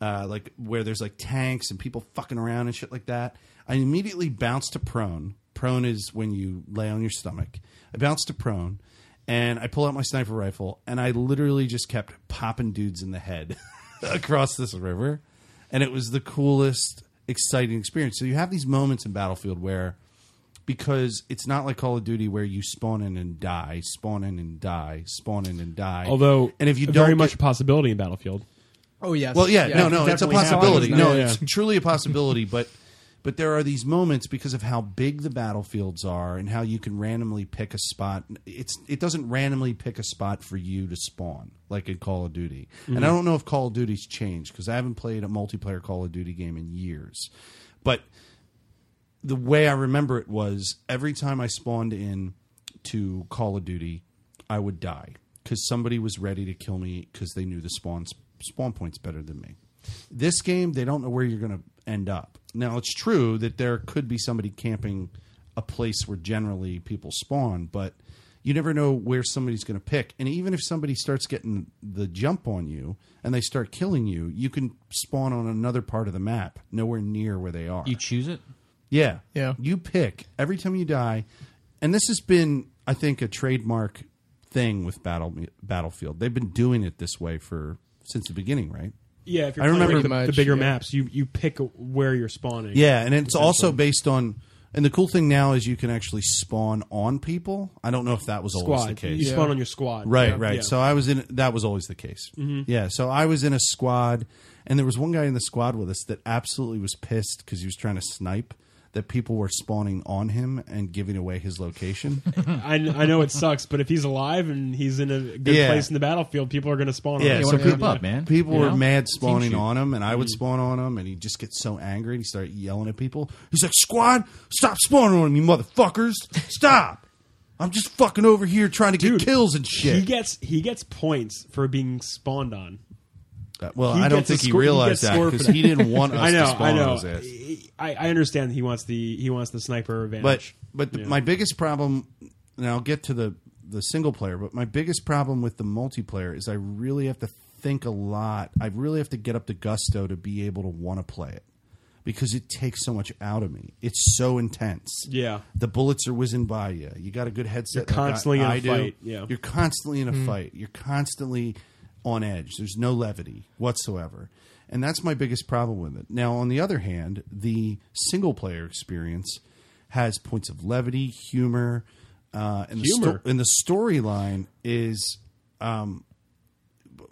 B: uh, like where there's like tanks and people fucking around and shit like that. I immediately bounced to prone. Prone is when you lay on your stomach. I bounced to prone, and I pull out my sniper rifle, and I literally just kept popping dudes in the head across this river, and it was the coolest, exciting experience. So you have these moments in Battlefield where because it's not like Call of Duty where you spawn in and die, spawn in and die, spawn in and die.
C: Although,
B: and if you
C: very
B: don't
C: much
B: get-
C: a possibility in Battlefield.
A: oh yes.
B: well, yeah, no, no, it's a
A: definitely
B: possibility.
A: happens.
B: No,
C: Yeah,
B: it's
C: yeah.
B: truly a possibility, but but there are these moments because of how big the battlefields are and how you can randomly pick a spot. It's it doesn't randomly pick a spot for you to spawn like in Call of Duty. And
A: Mm-hmm.
B: I don't know if Call of Duty's changed because I haven't played a multiplayer Call of Duty game in years. But the way I remember it was every time I spawned in to Call of Duty, I would die because somebody was ready to kill me because they knew the spawn spawn points better than me. This game, they don't know where you're going to end up. Now it's true that there could be somebody camping a place where generally people spawn, but you never know where somebody's going to pick. And even if somebody starts getting the jump on you and they start killing you, you can spawn on another part of the map, nowhere near where they are.
D: You choose it.
B: Yeah.
A: Yeah.
B: You pick every time you die. And this has been, I think, a trademark thing with Battle Battlefield. They've been doing it this way for since the beginning, right?
C: yeah, if you're
B: I
C: playing
B: remember-
C: the, the
A: Much,
C: bigger
A: yeah.
C: maps, you you pick where you're spawning.
B: Yeah, and it's also based on. And the cool thing now is you can actually spawn on people. I don't know if that was always the
C: squad. You
B: case.
A: Yeah.
C: spawn on your squad.
B: Right,
C: Yeah.
B: right.
C: Yeah.
B: So I was in. That was always the case. Yeah. So I was in a squad, and there was one guy in the squad with us that absolutely was pissed because he was trying to snipe. That people were spawning on him and giving away his location.
C: I, I know it sucks, but if he's alive and he's in a good
B: Yeah.
C: place in the battlefield, people are going to spawn.
B: Yeah,
C: on
D: you
C: him.
B: so
D: want to group
B: people-
D: up, man.
B: People
D: You
B: were
D: know?
B: mad
D: Team
B: spawning
D: shoot.
B: on him, and I
C: Mm-hmm.
B: would spawn on him, and he'd just get so angry and he'd start yelling at people. He's like, "Squad, stop spawning on me, motherfuckers! Stop! I'm just fucking over here trying to
C: Dude,
B: get kills and
C: He
B: shit."
C: gets he gets points for being spawned on.
B: Uh, well,
C: he
B: I don't
C: gets a
B: think he
C: score- he
B: realized
C: gets
B: that
C: scored for
B: because
C: that.
B: he didn't want us
C: I know,
B: to spawn
C: I know.
B: on his ass.
C: I, I understand he wants the he wants the sniper
B: But
C: advantage.
B: but the-
C: Yeah.
B: my biggest problem, and I'll get to the the single player, but my biggest problem with the multiplayer is I really have to think a lot. I really have to get up to gusto to be able to want to play it because it takes so much out of me. It's so intense.
C: Yeah.
B: the bullets are whizzing by you. You got a good headset.
C: You're
B: like I-
C: constantly in a
B: I do.
C: fight, yeah. Hmm.
B: you're constantly in a fight. You're constantly on edge. There's no levity whatsoever. And that's my biggest problem with it. Now, on the other hand, the single player experience has points of levity, humor, uh, and,
C: Humor?
B: The sto- and the storyline is um,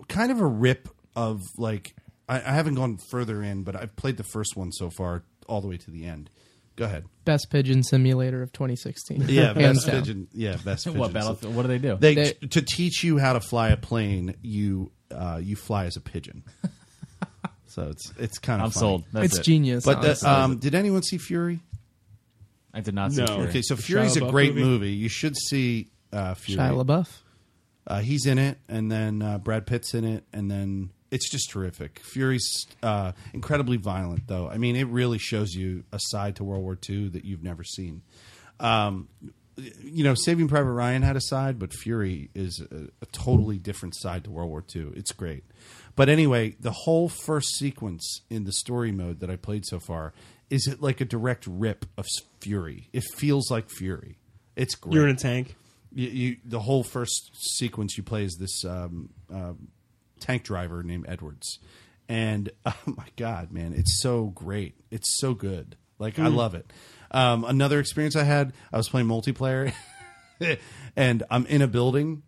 B: kind of a rip of like. I, I haven't gone further in, but I've played the first one so far all the way to the end. Go ahead.
A: Best pigeon simulator of 2016.
B: Yeah,
A: hands
B: best
A: down.
B: pigeon. Yeah, best pigeon.
D: What battlefield? What do they do?
B: They,
A: They-
B: to teach you how to fly a plane, you uh, you fly as a pigeon. so it's it's kind of
D: I'm
B: funny.
D: sold. That's
A: it's
D: it.
A: genius.
B: But the,
A: honestly.
B: um, did anyone see Fury?
D: I did not see.
C: No.
D: Fury.
B: Okay, so
C: The Shia
B: Fury's a
C: LaBeouf
B: great
C: movie?
B: movie. You should see uh, Fury.
A: Shia LaBeouf.
B: Uh, he's in it, and then uh, Brad Pitt's in it, and then it's just terrific. Fury's uh, incredibly violent, though. I mean, it really shows you a side to World War II that you've never seen. Um, you know, Saving Private Ryan had a side, but Fury is a, a totally different side to World War II. It's great. But anyway, the whole first sequence in the story mode that I played so far is it like a direct rip of Fury. It feels like Fury. It's great
C: You're in a tank.
B: you, you the whole first sequence you play is this um, um tank driver named Edwards, and oh my god, man, it's so great, it's so good, like I love it. Um, another experience I had, I was playing multiplayer, and I'm in a building,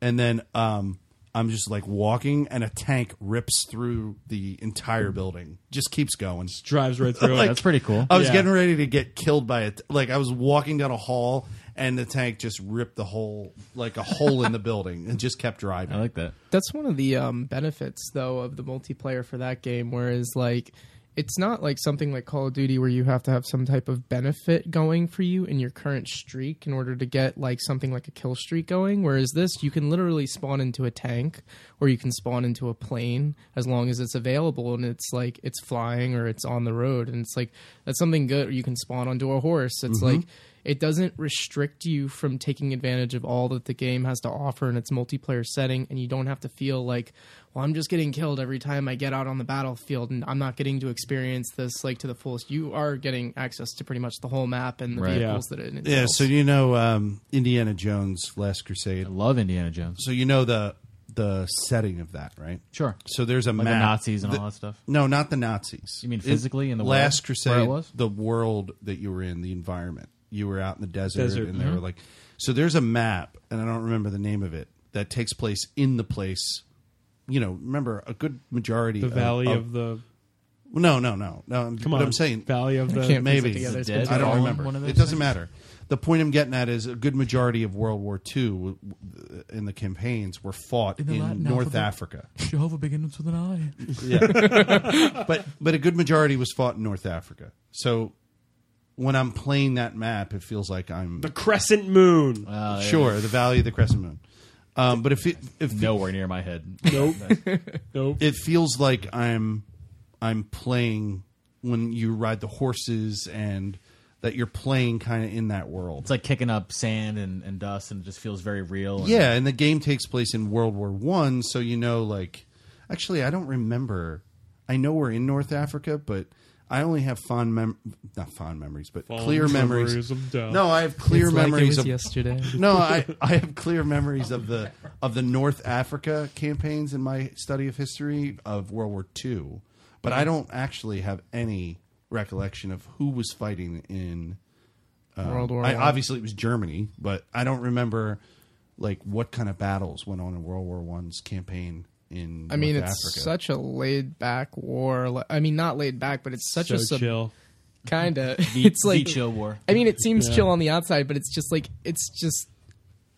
B: and then um, I'm just like walking, and a tank rips through the entire building, just keeps going.
C: Drives right through
B: Like,
C: it.
D: That's pretty cool.
B: I was
C: Yeah.
B: getting ready to get killed by it. Like I was walking down a hall, and the tank just ripped the whole like a hole in the building, and just kept driving.
D: I like that.
A: That's one of the um, benefits, though, of the multiplayer for that game. Whereas, like, it's not like something like Call of Duty where you have to have some type of benefit going for you in your current streak in order to get like something like a kill streak going. Whereas this, you can literally spawn into a tank or you can spawn into a plane as long as it's available and it's like it's flying or it's on the road and it's like that's something good. Or you can spawn onto a horse. It's like it doesn't restrict you from taking advantage of all that the game has to offer in its multiplayer setting and you don't have to feel like well i'm just getting killed every time i get out on the battlefield and i'm not getting to experience this like to the fullest you are getting access to pretty much the whole map and the
D: Right.
A: vehicles that it entails.
B: yeah. So you know, um, Indiana Jones: Last Crusade.
D: I love Indiana Jones.
B: So you know the the setting of that, right?
D: Sure.
B: So there's a
D: Like
B: map.
D: the Nazis and
B: The-
D: all that stuff.
B: No, not the Nazis.
D: You mean physically in the world
B: Last Crusade?
D: where it was?
B: The world that you were in, the environment you were out in the desert,
C: Desert,
B: and they
D: uh-huh.
B: were like, so there's a map, and I don't remember the name of it that takes place in the place. You know, remember a good majority
C: The
B: of-
C: valley
B: of,
C: of, the.
B: Well, No, no, no, no.
C: Come
B: what
C: on,
B: I'm saying,
C: valley of the.
A: can't piece it
B: maybe
A: together. It's
D: Is it dead?
B: I don't
D: Fallen,
B: remember.
D: one of those
B: It doesn't
D: things?
B: matter. The point I'm getting at is a good majority of World War II w- w- in the campaigns were fought in,
D: the Latin
B: North
D: alphabet.
B: Africa.
D: Jehovah begins with an eye.
B: Yeah, but but a good majority was fought in North Africa. So when I'm playing that map, it feels like I'm Uh,
C: The crescent moon.
B: sure the Valley of the Crescent Moon. Um, but if it, if
D: Nowhere near my head.
C: Nope. nope.
B: it feels like I'm I'm playing when you ride the horses and that you're playing kind of in that world.
D: It's like kicking up sand and, and dust, and it just feels very real. and-
B: Yeah, and the game takes place in World War One, so you know, like, actually, I don't remember. I know we're in North Africa, but I only have fond mem not fond memories, but
C: Fond
B: clear memories.
C: memories of death.
B: No, I have clear
A: It's like it
B: memories
A: was
B: of
A: yesterday.
B: No, I, I have clear memories of the of the North Africa campaigns in my study of history of World War II, but I don't actually have any recollection of who was fighting in
A: World War
B: uh, I,
A: One.
B: obviously it was Germany, but I don't remember like what kind of battles went on in World War One's campaign in.
A: I mean,
B: North
A: it's
B: Africa.
A: such a laid back war. li- I mean, not laid back, but it's such
C: so
A: a sub-
C: chill.
A: kind of.
D: The,
A: It's like
D: the chill war.
A: I mean, it seems
C: Yeah.
A: chill on the outside, but it's just like it's just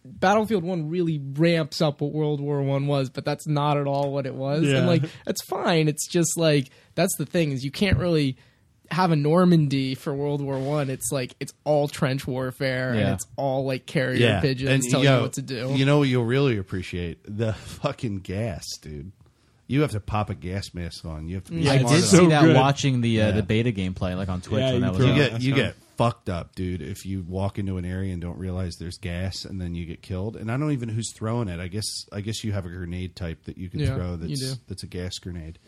A: Battlefield One really ramps up what World War One was, but that's not at all what it was.
C: Yeah.
A: And like that's fine. It's just like that's the thing is you can't really have a Normandy for World War One. It's like it's all trench warfare and
D: Yeah.
A: it's all like carrier pigeons telling
B: yo,
A: you what to do.
B: You know what you'll really appreciate? The fucking gas, dude. You have to pop a gas mask on. You have to be
C: Yeah,
D: I
B: smart
D: did
B: enough.
D: see
C: So
D: that
C: good.
D: watching the uh,
B: Yeah.
D: the beta gameplay like on Twitch
C: Yeah,
D: when
C: you
D: that was
C: throw
B: You
D: out.
C: Yeah,
B: get
C: that's
B: you
C: kinda-
B: get fucked up, dude, if you walk into an area and don't realize there's gas and then you get killed. And I don't even know who's throwing it. I guess I guess you have a grenade type that you can
A: Yeah,
B: throw
A: you
B: that's
A: do.
B: that's a gas grenade.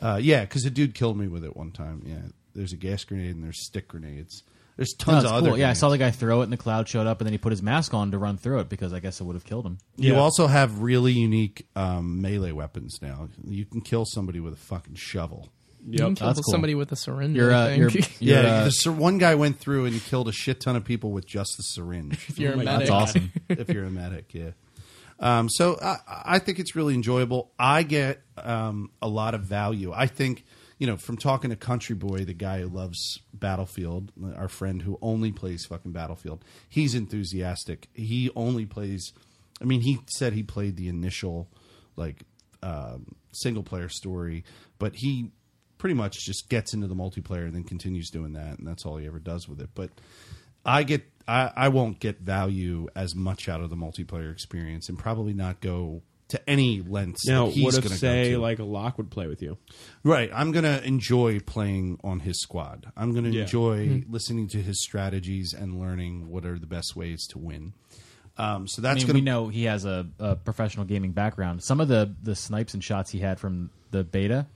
B: Uh, yeah, because a dude killed me with it one time. Yeah, there's a gas grenade and there's stick grenades. There's
D: No,
B: tons
D: it's
B: of
D: cool.
B: other.
D: Yeah, I saw
B: grenades.
D: the guy throw it, and the cloud showed up, and then he put his mask on to run through it because I guess it would have killed him.
B: You
C: Yeah.
B: also have really unique um, melee weapons now. You can kill somebody with a fucking shovel.
A: you can
C: Yep.
A: kill
D: that's cool.
A: somebody with a syringe.
D: You're,
A: I
D: uh,
A: think.
D: you're,
B: Yeah,
D: you're, uh,
B: the syr- one guy went through and killed a shit ton of people with just the syringe.
A: if you're
C: Oh
A: a
C: my God,
A: medic.
D: that's awesome.
B: if you're a medic, yeah. Um, so I, I think it's really enjoyable. I get um, a lot of value. I think you know from talking to Country Boy, the guy who loves Battlefield, our friend who only plays fucking Battlefield. He's enthusiastic. He only plays. I mean, he said he played the initial like um, single player story, but he pretty much just gets into the multiplayer and then continues doing that, and that's all he ever does with it. But I get I, I won't get value as much out of the multiplayer experience and probably not go to any lengths
C: Now,
B: that he's
C: what if
B: gonna
C: say
B: go to.
C: like a lock would play with you?
B: right i'm gonna enjoy playing on his squad i'm gonna
C: Yeah.
B: enjoy listening to his strategies and learning what are the best ways to win um, so
D: I
B: that's
D: mean,
B: gonna
D: we know he has a, a professional gaming background. Some of the the snipes and shots he had from the beta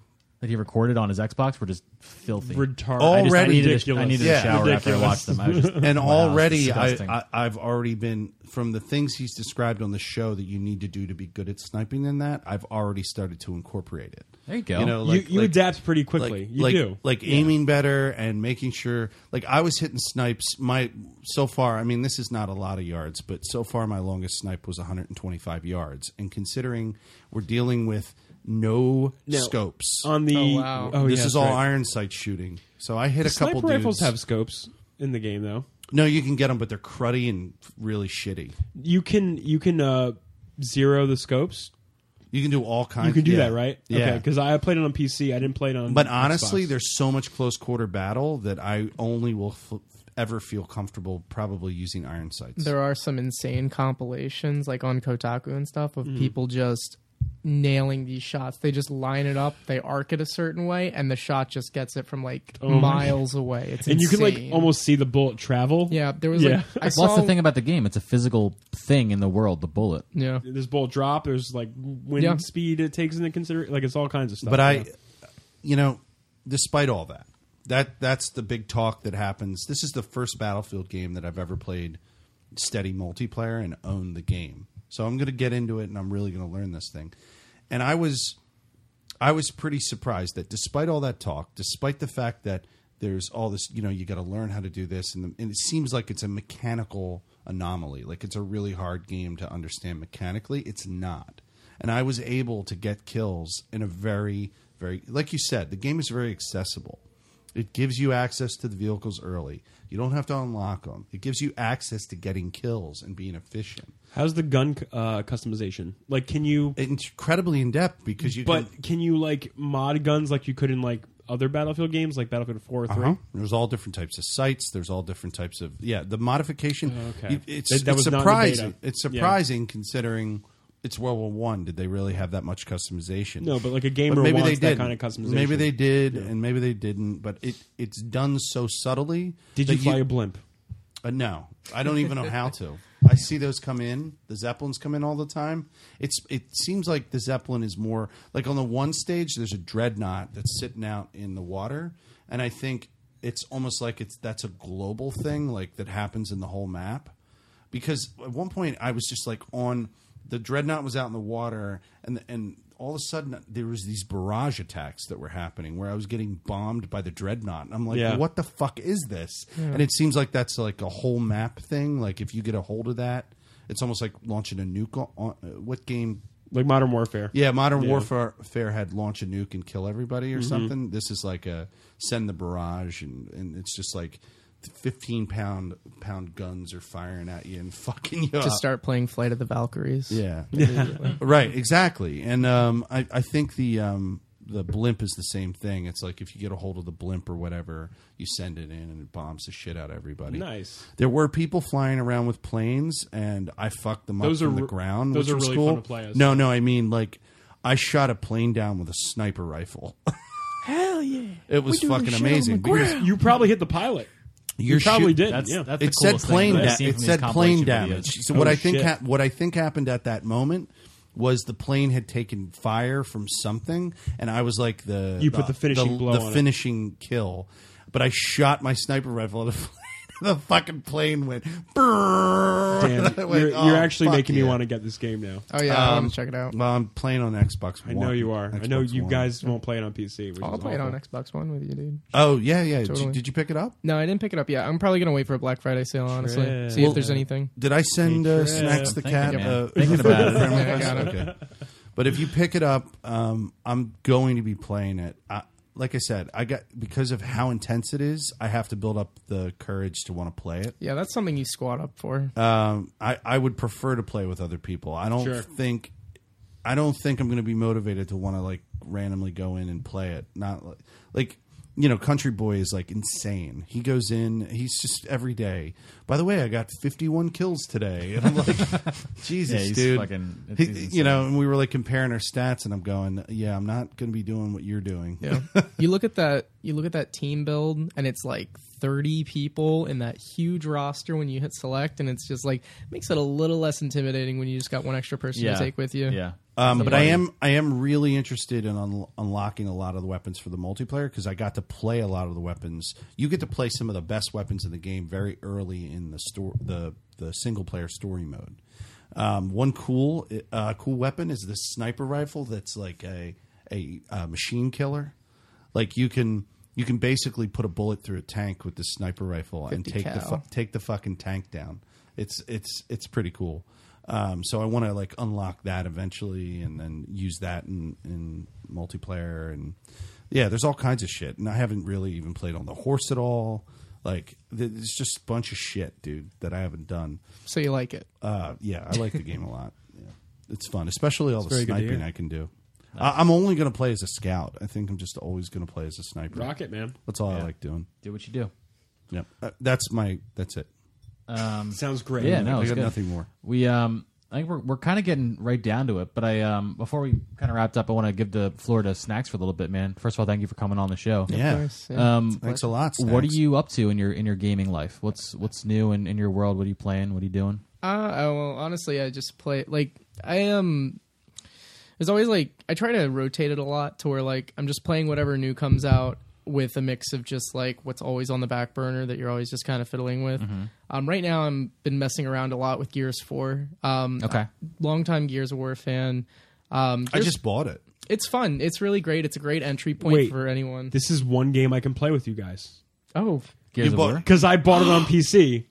D: that he recorded on his Xbox were just filthy.
C: Retarded.
D: I just- I
B: Already
D: needed,
C: ridiculous.
D: A, I needed
B: Yeah.
D: a shower after I
C: Ridiculous.
D: watched them. I was just,
B: and
D: wow,
B: already I,
D: disgusting.
B: I, I've already been from the things he's described on the show that you need to do to be good at sniping in that I've already started to incorporate it.
D: There you go.
B: You know, like,
C: you you
B: like-
C: adapt pretty
B: like-
C: quickly. you
B: like,
C: do.
B: like aiming better and making sure. Like I was hitting snipes. My so far, I mean, this is not a lot of yards, but so far my longest snipe was 125 yards. And considering we're dealing with no
C: Now,
B: scopes,
C: on the
A: Oh, wow.
B: this
C: yeah,
B: is
C: that's
B: all
C: right.
B: iron sight shooting. So I hit a couple
C: Sniper rifles
B: dudes.
C: have scopes in the game though.
B: No, you can get them, but they're cruddy and really shitty.
C: You can you can uh, zero the scopes.
B: You can do all kinds.
C: You can do
B: yeah.
C: that, right?
B: Yeah.
C: Because I played it on PC. I didn't play it on.
B: but honestly,
C: Xbox.
B: there's so much close quarter battle that I only will f- ever feel comfortable probably using iron sights.
A: there are some insane compilations like on Kotaku and stuff
C: Mm-hmm.
A: of people just nailing these shots. They just line it up, they arc it a certain way, and the shot just gets it from like
C: Oh my
A: miles away. It's
C: and you can like
A: insane.
C: almost see the bullet travel.
A: yeah. There was
C: Yeah.
A: like I
D: Well,
A: saw
D: that's the thing about the game. It's a physical thing in the world. The bullet.
A: yeah.
C: There's bullet drop. There's like wind
A: Yeah.
C: speed. It takes into consideration. Like it's all kinds of stuff.
B: but
C: yeah.
B: I, you know, despite all that, that that's the big talk that happens. This is the first Battlefield game that I've ever played steady multiplayer and owned the game. So I'm going to get into it, and I'm really going to learn this thing. And I was, I was pretty surprised that despite all that talk, despite the fact that there's all this, you know, you got to learn how to do this, and, the, and it seems like it's a mechanical anomaly, like it's a really hard game to understand mechanically. It's not, and I was able to get kills in a very, very, like you said, the game is very accessible. It gives you access to the vehicles early. You don't have to unlock them. It gives you access to getting kills and being efficient.
C: how's the gun uh, customization? Like, can you?
B: Incredibly in depth because you can
C: But can you like mod guns like you could in like other Battlefield games, like Battlefield Four or 3
B: Uh-huh. There's all different types of sites. There's all different types of yeah. The modification.
C: Oh, okay.
B: it- it's,
C: That- that
B: it's
C: was not in the beta.
B: surprising. It's
C: Yeah.
B: surprising considering it's World War One. Did they really have that much customization?
C: No, but like a gamer wants that kind of customization.
B: Maybe they did, and maybe they didn't. But it it's done so subtly.
C: Did
B: that
C: you fly a blimp?
B: uh, no, I don't even know how to. I see those come in. The Zeppelins come in all the time. It's it seems like the Zeppelin is more like on the one stage there's a dreadnought that's sitting out in the water, and I think it's almost like it's that's a global thing like that happens in the whole map. Because at one point I was just like on the dreadnought was out in the water and and all of a sudden there was these barrage attacks that were happening where I was getting bombed by the dreadnought. And I'm like,
C: Yeah.
B: what what the fuck is this? And it seems like that's like a whole map thing. Like if you get a hold of that, it's almost like launching a nuke. On, on- uh, what game?
C: like Modern Warfare.
B: Yeah, Modern
C: Yeah.
B: Warfare Fair had launch a nuke and kill everybody or something. This is like a send the barrage, and, and it's just like fifteen pound pound guns are firing at you and fucking you up.
A: Just start playing Flight of the Valkyries.
B: Yeah. right, exactly. And um, I, I think the um, the blimp is the same thing. It's like if you get a hold of the blimp or whatever, you send it in and it bombs the shit out of everybody.
C: Nice.
B: There were people flying around with planes, and I fucked them
C: Those
B: up
C: are
B: from the
C: re-
B: ground.
C: those
B: which
C: are
B: was
C: really
B: cool.
C: fun to play as.
B: No, no, I mean like I shot a plane down with a sniper rifle.
A: Hell yeah.
B: It was
A: do this
B: fucking
A: shit on the
B: amazing because
A: ground.
C: You probably hit the pilot.
B: you're
C: you probably
B: shoot-
C: did.
D: That's,
C: yeah.
D: that's the
B: it said
D: coolest thing
B: plane.
D: that I've
B: Da-
D: seen
B: it
D: from
B: said
D: these
B: plane
D: compilation
B: damage.
D: videos.
B: So what
C: Oh,
B: I think
C: shit.
B: hap what I think happened at that moment was the plane had taken fire from something, and I was like the
C: You put the finishing blow
B: the
C: on it.
B: finishing kill. But I shot my sniper rifle at the. plane. The fucking plane went. brrrr.
C: Damn,
B: I went,
C: you're,
B: "Oh,
C: you're actually
B: fuck
C: making
B: yeah."
C: me want to get this game now.
A: Oh yeah,
C: Um,
A: I want to check it out.
B: Well, I'm playing on Xbox.
C: I
B: One.
C: know you are. I know
B: Xbox
C: you
B: One.
C: guys won't play it on PC. Which
A: I'll
C: is
A: play it
C: awful.
A: on Xbox One with you, dude.
B: Oh yeah, yeah. Did you-
A: Totally.
B: Did you pick it up?
A: No, I didn't pick it up yet. I'm probably gonna wait for a Black Friday sale, honestly.
C: Trip.
A: See
C: Well-
A: if there's anything.
B: Did I send uh,
C: Hey,
B: Snacks the
D: Thinking,
B: cat?
D: man.
B: uh,
D: Thinking about it.
B: friend
A: Yeah, I
B: request?
A: got it.
B: Okay. But if you pick it up, um, I'm going to be playing it. I, like I said, I got because of how intense it is. I have to build up the courage to want to play it.
A: Yeah, that's something you squat up for.
B: Um, I, I would prefer to play with other people. I don't
C: Sure.
B: think I don't think I'm going to be motivated to want to like randomly go in and play it. Not like, like you know, Country Boy is like insane. He goes in. He's just every day. By the way, I got 51 kills today, and I'm like, Jesus,
D: Yeah, he's
B: dude.
D: fucking-
B: He-
D: he's
B: you know, and we were like comparing our stats, and I'm going, yeah, I'm not going to be doing what you're doing.
A: Yeah. you look at that you look at that team build and it's like 30 people in that huge roster when you hit select and it's just like makes it a little less intimidating when you just got one extra person
D: yeah.
A: to take with you.
D: Yeah.
B: Um, but I am I am really interested in un- unlocking a lot of the weapons for the multiplayer because I got to play a lot of the weapons. You get to play some of the best weapons in the game very early in the store the the single player story mode. Um, one cool uh, cool weapon is this sniper rifle that's like a a uh, machine killer. Like you can you can basically put a bullet through a tank with the sniper rifle and
A: 50
B: take the
A: cal.
B: fu- take the fucking tank down. It's it's it's pretty cool. Um, so I want to like unlock that eventually, and then use that in in multiplayer and yeah, there's all kinds of shit. And I haven't really even played on the horse at all. Like th- it's just a bunch of shit, dude, that I haven't done.
A: So you like it.
B: Uh, yeah, I like the game a lot. Yeah. It's fun, especially all the
C: very good to
B: sniping
C: hear.
B: I can do. I- I'm only going to play as a scout. I think I'm just always going to play as a sniper.
C: Rocket Man.
B: That's all I like doing.
D: Do what you do.
B: Yep. Uh, that's my. That's it.
C: Sounds great.
D: Yeah, no,
B: I
D: it's
B: got
D: good.
B: nothing more.
D: We um I think we're we're kind of getting right down to it, but I um before we kind of wrapped up, I want to give the floor to Snacks for a little bit, man. First of all, thank you for coming on the show.
B: yeah.
A: Nice, yeah.
D: Um,
B: Thanks a lot.
D: what are
B: Snacks.
D: you up to in your in your gaming life? What's what's new in, in your world? What are you playing? What are you doing?
A: Uh, I- well, honestly, I just play like I am. There's always like I try to rotate it a lot to where like I'm just playing whatever new comes out with a mix of just like what's always on the back burner that you're always just kind of fiddling with.
D: Mm-hmm.
A: Um, right now, I'm been messing around a lot with Gears Four. Um,
D: Okay.
A: longtime Gears of War fan. Um,
B: I
A: Gears-
B: just bought it.
A: it's fun. It's really great. It's a great entry point
C: Wait.
A: for anyone.
C: This is one game I can play with you guys
A: oh,
D: Gears
B: You
D: of
B: bought-
D: War.
C: because I bought it on PC.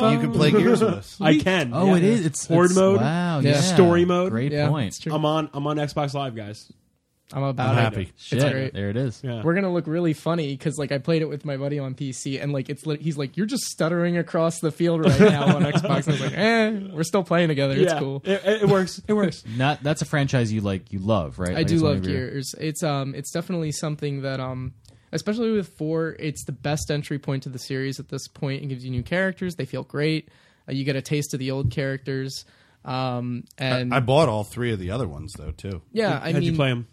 B: you can play Gears with us.
C: I can.
D: Oh,
C: yeah.
D: it is. It's
C: horde
D: it's-
C: mode.
D: Wow.
A: Yeah.
D: Yeah.
C: Story mode.
D: Great
A: yeah,
D: point.
A: It's true.
C: I'm on. I'm on Xbox Live, guys.
A: I'm about
B: I'm
A: it.
B: happy.
A: It's
D: Shit.
A: great.
D: There it is.
C: Yeah.
A: we're gonna look really funny because like I played it with my buddy on PC and like it's lit he's like you're just stuttering across the field right now on Xbox. And I was like, eh, we're still playing together. It's
C: Yeah,
A: cool.
C: It, it- it works. It works.
D: Not that's a franchise you like. You love, right?
A: I
D: Like,
A: do
D: it's one
A: love
D: of your-
A: Gears. It's um it's definitely something that um especially with four, it's the best entry point to the series at this point. It gives you new characters. They feel great. Uh, you get a taste of the old characters. Um and
B: I bought all three of the other ones though too.
A: yeah, I
C: How'd
A: mean
C: you play them?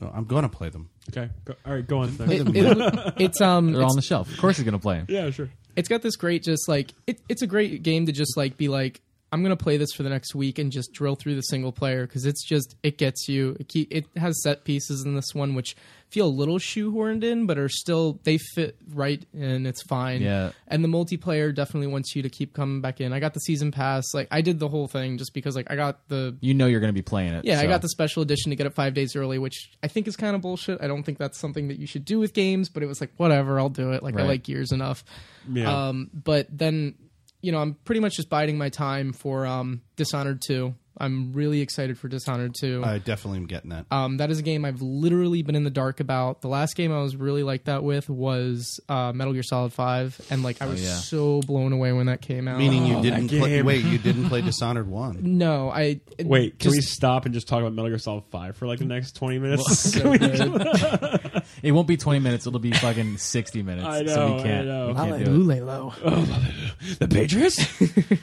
B: No, I'm going to play them.
C: Okay. Go, all right. Go on.
A: it- it- it's um it's
D: They're
A: um,
D: on the shelf. Of course, he's gonna play 'em.
C: yeah. Sure.
A: it's got this great just like it, it's a great game to just like be like i'm gonna play this for the next week and just drill through the single player because it's just it gets you it, keep, it has set pieces in this one which feel a little shoehorned in but are still they fit right and it's fine
D: Yeah.
A: and the multiplayer definitely wants you to keep coming back in i got the season pass like i did the whole thing just because like i got the
D: You know you're going to be playing it.
A: yeah, I
D: so.
A: got the special edition to get it five days early, which I think is kind of bullshit. I don't think that's something that you should do with games, but it was like, whatever, I'll do it. Like, I
D: Right.
A: like Gears enough.
C: Yeah.
A: Um, but then, you know, I'm pretty much just biding my time for um, Dishonored 2. I'm really excited for Dishonored 2.
B: I definitely am getting that.
A: Um, that is a game I've literally been in the dark about. The last game I was really like that with was uh, Metal Gear Solid 5. And, like, I was
D: yeah.
A: so blown away when that came out.
B: Meaning you
C: that
B: didn't play,
C: game.
B: wait, you didn't play Dishonored One.
A: No, I.
C: Wait, can we
A: just,
C: stop and just talk about Metal Gear Solid Five for like the next twenty minutes?
A: so good.
D: It won't be 20 minutes. It'll be fucking 60 minutes.
C: I
D: so
C: know,
D: we
C: I
D: can't.
C: know.
D: we can't do it.
A: Hallelujah.
C: Oh, the Patriots.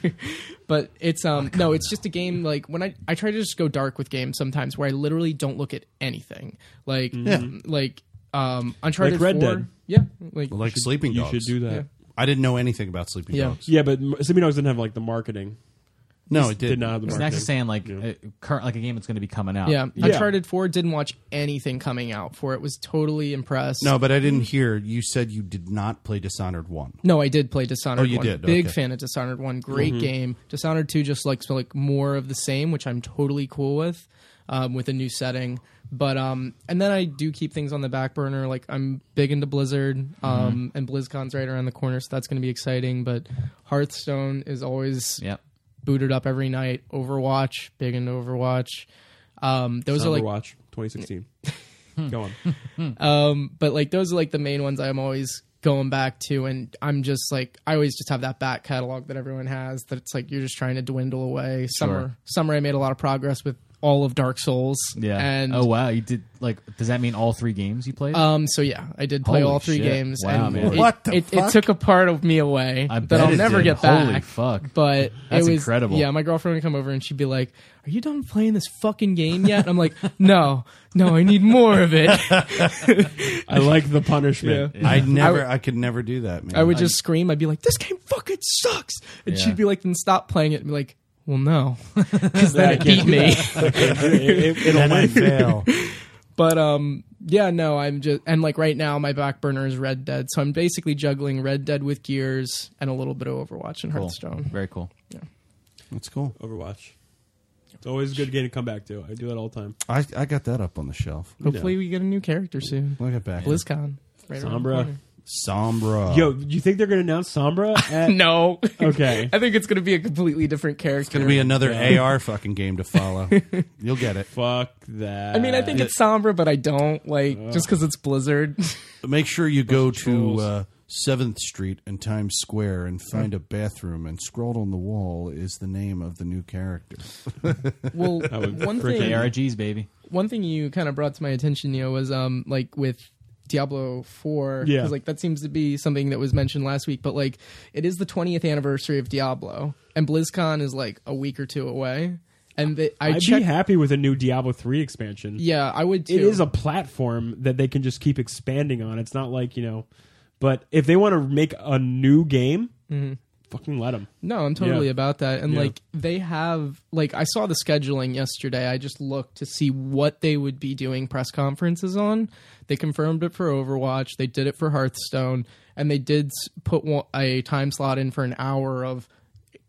A: but it's um no it's just a game like when i i try to just go dark with games sometimes where i literally don't look at anything like like um uncharted
C: Mm-hmm. Like Red
A: 4
C: Dead.
A: yeah like
B: Like Sleeping
C: you
B: Dogs.
C: should do that. Yeah,
B: I didn't know anything about Sleeping
A: Yeah.
B: Dogs.
C: but M- Sleeping Dogs didn't have like the marketing.
B: No, it did.
C: Did not have the
D: It's
C: marketing.
D: next to saying like a, current, like a game that's going to be coming out.
A: yeah,
C: Yeah.
A: uncharted 4 didn't watch anything coming out for it was totally impressed
B: No, but I didn't hear. You said you did not play Dishonored One.
A: no, I did play Dishonored.
B: Oh, you
A: 1.
B: did?
A: Big
B: Okay.
A: fan of Dishonored One. Great game. Dishonored Two just likes like more of the same, which I'm totally cool with, um, with a new setting. But um, and then I do keep things on the back burner. Like I'm big into Blizzard,
B: Mm-hmm.
A: um, and BlizzCon's right around the corner, so that's going to be exciting. But Hearthstone is always
D: Yep.
A: booted up every night. Overwatch, big into Overwatch. Um, those are like Hmm.
C: Overwatch 2016. Go on.
A: Um, but like those are like the main ones I'm always going back to and I'm just like I always just have that back catalog that everyone has that it's like you're just trying to dwindle away. Summer summer I made a lot of progress with all of Dark Souls.
D: Yeah.
A: And
D: oh wow, you did like. Does that mean all three games you played?
A: um so yeah, I did play
D: Holy
A: all three
D: shit.
A: games
D: Wow,
A: and
D: man.
A: It,
B: What the
A: it, it
B: fuck?
A: took a part of me away
D: I
A: that
D: bet
A: I'll
D: it
A: never
D: did.
A: get back.
D: Holy fuck!
A: But
D: That's
A: it was
D: incredible.
A: Yeah, my girlfriend would come over and she'd be like, "Are you done playing this fucking game yet?" And I'm like, "No, no, I need more of it."
C: I like the punishment.
B: I never. I could never do that. Man.
A: I would just scream. I'd be like, "This game fucking sucks," and
D: Yeah.
A: she'd be like, "Then stop playing it." And be like, "Well, no, because then
C: I
A: it beat
C: can't do
A: me."
C: It, it, it'll
B: and I
C: win.
B: fail.
A: but um, yeah, no, I'm just and like right now, my back burner is Red Dead, so I'm basically juggling Red Dead with Gears and a little bit of Overwatch and
D: Cool.
A: Hearthstone.
D: Very cool.
B: That's cool.
C: Overwatch. It's always a good game to come back to. I do it all the time.
B: I, I got that up on the shelf.
A: Hopefully, we get a new character soon.
B: Look at back.
A: BlizzCon, right around the
C: Sombra.
A: corner.
B: Sombra.
C: Yo, you think they're going to announce Sombra? At,
A: No,
C: Okay.
A: I think it's gonna be a completely different character.
B: It's gonna be another AR fucking game to follow. You'll get it.
C: Fuck that.
A: I mean, I think it's Sombra, but I don't like just because it's Blizzard.
B: Make sure you go to
C: trolls.
B: uh, 7th Street and Times Square and find a bathroom and scrawled on the wall is the name of the new character.
A: well,
C: would
A: one
C: freaking
A: thing
D: ARGs, baby.
A: one thing you kind of brought to my attention, Neo, was um like with Diablo Four,
C: Yeah.
A: 'cause, like that seems to be something that was mentioned last week. But like, it is the 20th anniversary of Diablo, and BlizzCon is like a week or two away. And they, I
C: I'd
A: checked.
C: be happy with a new Diablo 3 expansion.
A: yeah, I would. Too.
C: It is a platform that they can just keep expanding on. It's not like, you know, but if they want to make a new game,
A: Mm-hmm.
C: fucking let them.
A: No, I'm totally
C: Yeah.
A: about that. And
C: Yeah.
A: like they have like I saw the scheduling yesterday. I just looked to see what they would be doing press conferences on. They confirmed it for Overwatch, they did it for Hearthstone, and they did s- put one, a time slot in for an hour of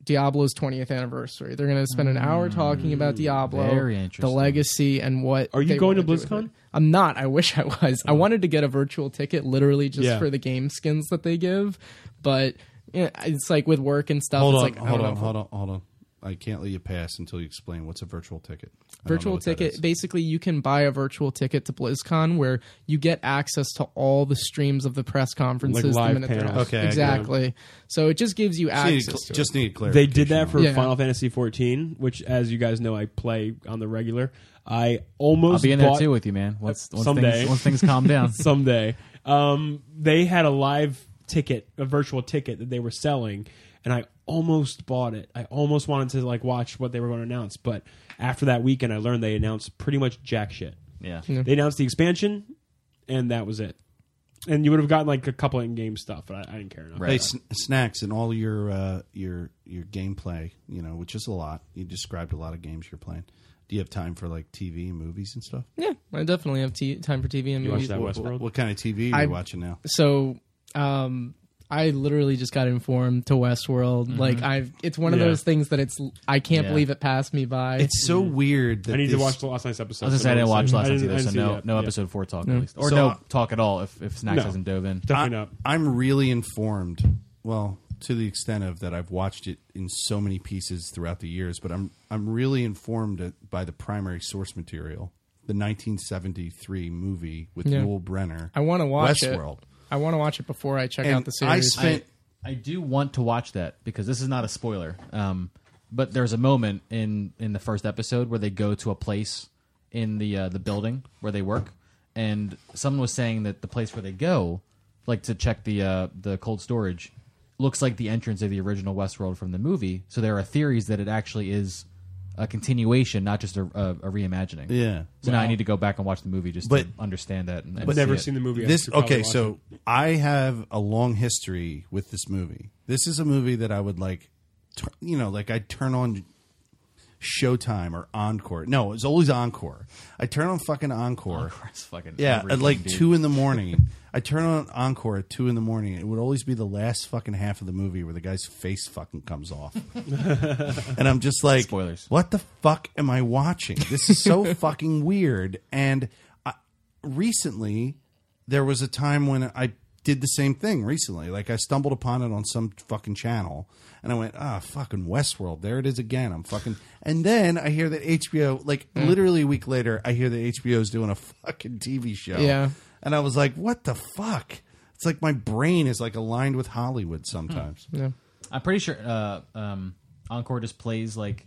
A: Diablo's 20th anniversary. They're going to spend an hour talking about Diablo,
D: very
A: the
D: interesting.
A: legacy and what
C: Are you
A: they
C: going to
A: wanna do with
C: BlizzCon? Oh.
A: it. I'm not. I wish I was. I wanted to get a virtual ticket literally just
C: Yeah.
A: for the game skins that they give, but yeah, it's like with work and stuff.
B: Hold
A: it's
B: on,
A: like, I
B: hold
A: don't
B: on,
A: know.
B: hold on, hold on. I can't let you pass until you explain what's a virtual ticket. I don't know
A: Virtual
B: what that
A: ticket.
B: is.
A: Basically, you can buy a virtual ticket to BlizzCon where you get access to all the streams of the press conferences.
C: live
A: the minute they're
C: panels.
A: out.
B: Okay, I get it.
A: exactly. So it just gives you
B: Just need,
A: access.
B: cl-
A: to
B: just
A: it.
B: need
C: They
B: clarification.
C: did that for
A: Yeah.
C: Final Fantasy 14, which, as you guys know, I play on the regular. I almost
D: I'll be in there
C: bought-
D: too with you, man. Once, once
C: someday.
D: things, once things calm down.
C: someday. Um, they had a live ticket, a virtual ticket that they were selling, and I almost bought it. I almost wanted to like watch what they were going to announce, but after that weekend, I learned they announced pretty much jack shit.
D: yeah.
C: They announced the expansion, and that was it. and you would have gotten like a couple in game stuff, but I, I didn't care enough.
D: Right.
B: Hey, sn- snacks and all your uh, your your gameplay, you know, which is a lot. You described a lot of games you're playing. Do you have time for like TV and movies and stuff?
A: Yeah, I definitely have t- time for TV and
C: You watch
A: movies.
C: that
B: What,
C: Westworld?
B: what kind of TV are
A: I-
B: you watching now?
A: So, um, I literally just got informed to Westworld.
B: Mm-hmm.
A: Like I've, it's one of
C: Yeah.
A: those things that it's I can't
D: Yeah.
A: believe it passed me by.
B: It's so weird that
C: Hmm. I need to
B: this-
C: watch the last night's episode.
D: I was gonna
C: so
D: say I
C: no
D: didn't watch
C: one's-
D: last
C: I
D: night's
C: didn't-
D: either,
C: I
D: so
C: didn't see
D: no
C: that.
D: no
C: Yeah.
D: episode four talk at least, or
B: So,
D: no
B: uh,
D: talk at all if if Snacks
C: No.
D: hasn't dove in.
B: I,
C: Definitely not.
B: I'm really informed. Well, to the extent of that, I've watched it in so many pieces throughout the years, but I'm I'm really informed at- by the primary source material, the 1973 movie with
A: Yeah.
B: Yul Brenner.
A: I want to watch
B: Westworld.
A: it. I want to watch it before I check out
B: And
A: the
B: I
A: series.
B: spent
D: I do want to watch that because this is not a spoiler. Um, but there's a moment in in the first episode where they go to a place in the uh, the building where they work, and someone was saying that the place where they go, like to check the uh, the cold storage, looks like the entrance of the original Westworld from the movie. So there are theories that it actually is a continuation, not just a, a, a reimagining.
B: Yeah.
D: So now I need to go back and watch the movie just
B: But-
D: to understand that. And, and
C: I've never
D: see it.
C: seen the movie. I
B: this
C: should probably
B: okay
C: watch
B: so
C: it.
B: i have a long history with this movie this is a movie that i would like tur- you know like i turn on showtime or encore no it's always encore i turn on fucking encore
D: It's fucking
B: yeah at
D: everything,
B: like
D: dude.
B: two in the morning i turn on encore at two in the morning it would always be the last fucking half of the movie where the guy's face fucking comes off and i'm just like
D: Spoilers.
B: what the fuck am i watching this is so fucking weird and I, recently there was a time when I did the same thing recently. Like I stumbled upon it on some fucking channel and I went, ah, fucking Westworld. There it is again. I'm fucking. And then I hear that HBO, like literally a week later, I hear that HBO's doing a fucking TV show.
A: Yeah.
B: And I was like, what the fuck? It's like my brain is like aligned with Hollywood sometimes.
A: Yeah.
D: I'm pretty sure uh, um, Encore just plays like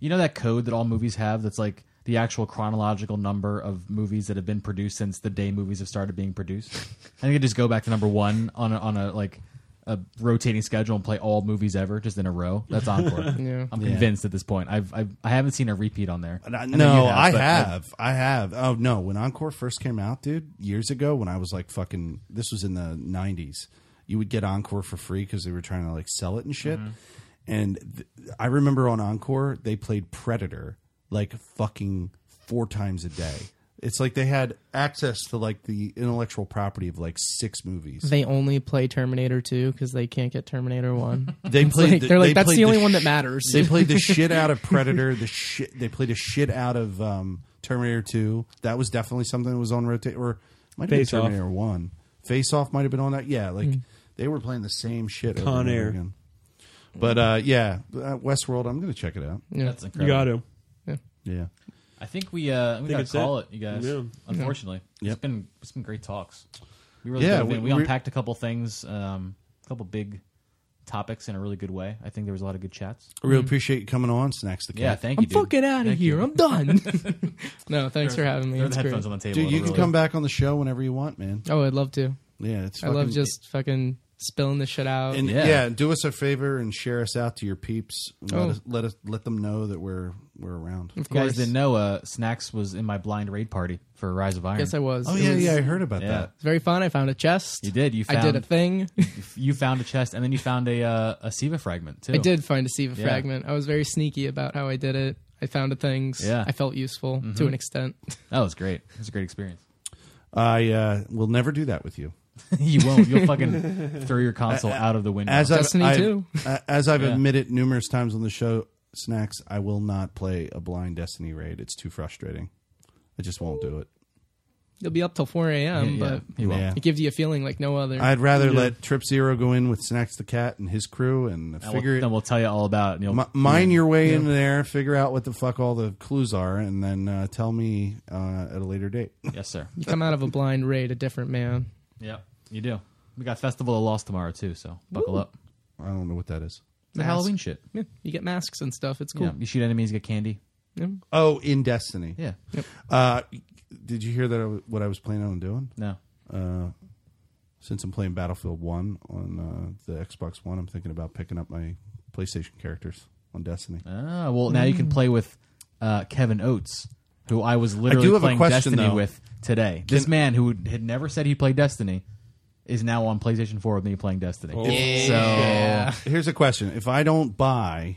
D: you know that code that all movies have that's like the actual chronological number of movies that have been produced since the day movies have started being produced. I think I just go back to number one on a, on a like a rotating schedule and play all movies ever just in a row. That's Encore.
A: Yeah.
D: I'm convinced at this point. I've, I've I haven't seen a repeat on there.
B: And I-
D: I know
B: no,
D: you
B: I
D: but
B: have. I have. Oh, no. When Encore first came out, dude, years ago, when I was like fucking, this was in the 90s, you would get Encore for free because they were trying to like sell it and shit. And th- I remember on Encore, they played Predator like fucking four times a day. It's like they had access to like the intellectual property of like six movies.
A: They only play Terminator 2 because they can't get Terminator 1.
B: They played.
A: like-
B: the-
A: they're like,
B: they
A: "That's
B: played
A: the only one that
B: sh-
A: matters."
B: They played the shit out of Predator. The shit. They played a shit out of um, Terminator Two. That was definitely something that was on rotate. Or might have been
C: Face Off.
B: Terminator One. Face Off might have been on that. Yeah, like
A: Mm.
B: they were playing the same shit. over
C: Con
B: and over
C: Air.
B: Again. But uh, yeah, uh, Westworld. I'm gonna check it out.
A: Yeah.
D: That's
C: you
D: incredible.
C: got to.
B: Yeah.
D: I think we uh, we gotta
C: that's it.
D: call it. you guys.
C: Yeah.
D: Unfortunately,
B: Yep.
D: it's been it's been great talks. We really
B: Yeah,
D: dove in.
B: we-
D: we,
B: we-
D: unpacked a couple things, um, a couple big topics in a really good way. I think there was a lot of good chats.
B: I
A: Mm.
B: really appreciate you coming on, Snacks the Cat.
D: Yeah, thank
A: I'm
D: you. Dude.
A: fucking out of
D: Thank
A: here.
D: you.
A: I'm done. no, thanks for having me.
D: Throw the
A: It's great.
D: headphones on the table.
B: Dude,
D: It'll
B: you can
D: really-
B: come back on the show whenever you want, man.
A: Oh, I'd love to.
B: Yeah, it's.
A: I love
B: fucking-
A: just fucking spilling the shit out.
B: And yeah.
D: Yeah.
B: do us a favor and share us out to your peeps. Let,
A: Oh.
B: us, let us let them know that we're we're around.
A: of
D: You guys
A: course.
D: didn't know uh, Snacks was in my blind raid party for Rise of Iron.
A: Yes, I was.
B: Oh
A: It
B: yeah,
A: was-
B: yeah, I heard about
D: Yeah.
B: that.
A: It's very fun. I found a chest.
D: You did. You
A: I did
D: found-
A: a thing.
D: You found a chest, and then you found a uh, a Siva fragment too.
A: I did find a Siva
D: Yeah.
A: fragment. I was very sneaky about how I did it. I found a things.
D: Yeah. Mm-hmm.
A: I felt useful to an extent.
D: That was great. It was a great experience.
B: I uh, will never do that with you.
D: you won't. You'll fucking throw your console out of the window.
B: As
A: Destiny
B: I've,
A: too.
B: I've, uh, as I've
D: Yeah.
B: admitted numerous times on the show, snacks. I will not play a blind Destiny raid. It's too frustrating. I just won't do it.
A: You'll be up till 4 a.m.,
D: Yeah, yeah.
A: but
D: You won't.
B: Yeah.
A: it gives you a feeling like no other.
B: I'd rather let Trip Zero go in with Snacks the Cat and his crew and
D: And
B: figure
D: we'll,
B: it.
D: then we'll tell you all about it. And you'll,
B: mi- mine your way in there, figure out what the fuck all the clues are, and then uh, tell me uh, at a later date.
D: yes, sir.
A: you come out of a blind raid a different man.
D: Yep, you do. We got Festival of Lost tomorrow too, so buckle up.
B: I don't know what that is.
D: It's a
A: Mask.
D: Halloween shit.
A: Yeah, you get masks and stuff. It's cool.
D: Yeah, you shoot enemies, you get candy.
A: Yeah.
B: Oh, in Destiny.
D: Yeah.
B: Uh, did you hear that? I w- what I was planning on doing?
D: No.
B: Uh, since I'm playing Battlefield One on uh, the Xbox One, I'm thinking about picking up my PlayStation characters on Destiny.
D: Ah, well, now you can
B: Mm.
D: play with uh, Kevin Oates, who I was literally
B: have a
D: playing
B: question,
D: Destiny
B: though.
D: with today. This man who had never said he played Destiny is now on PlayStation 4 with me playing Destiny.
B: Oh.
C: Yeah.
D: So
A: Yeah.
B: Here's a question: If I don't buy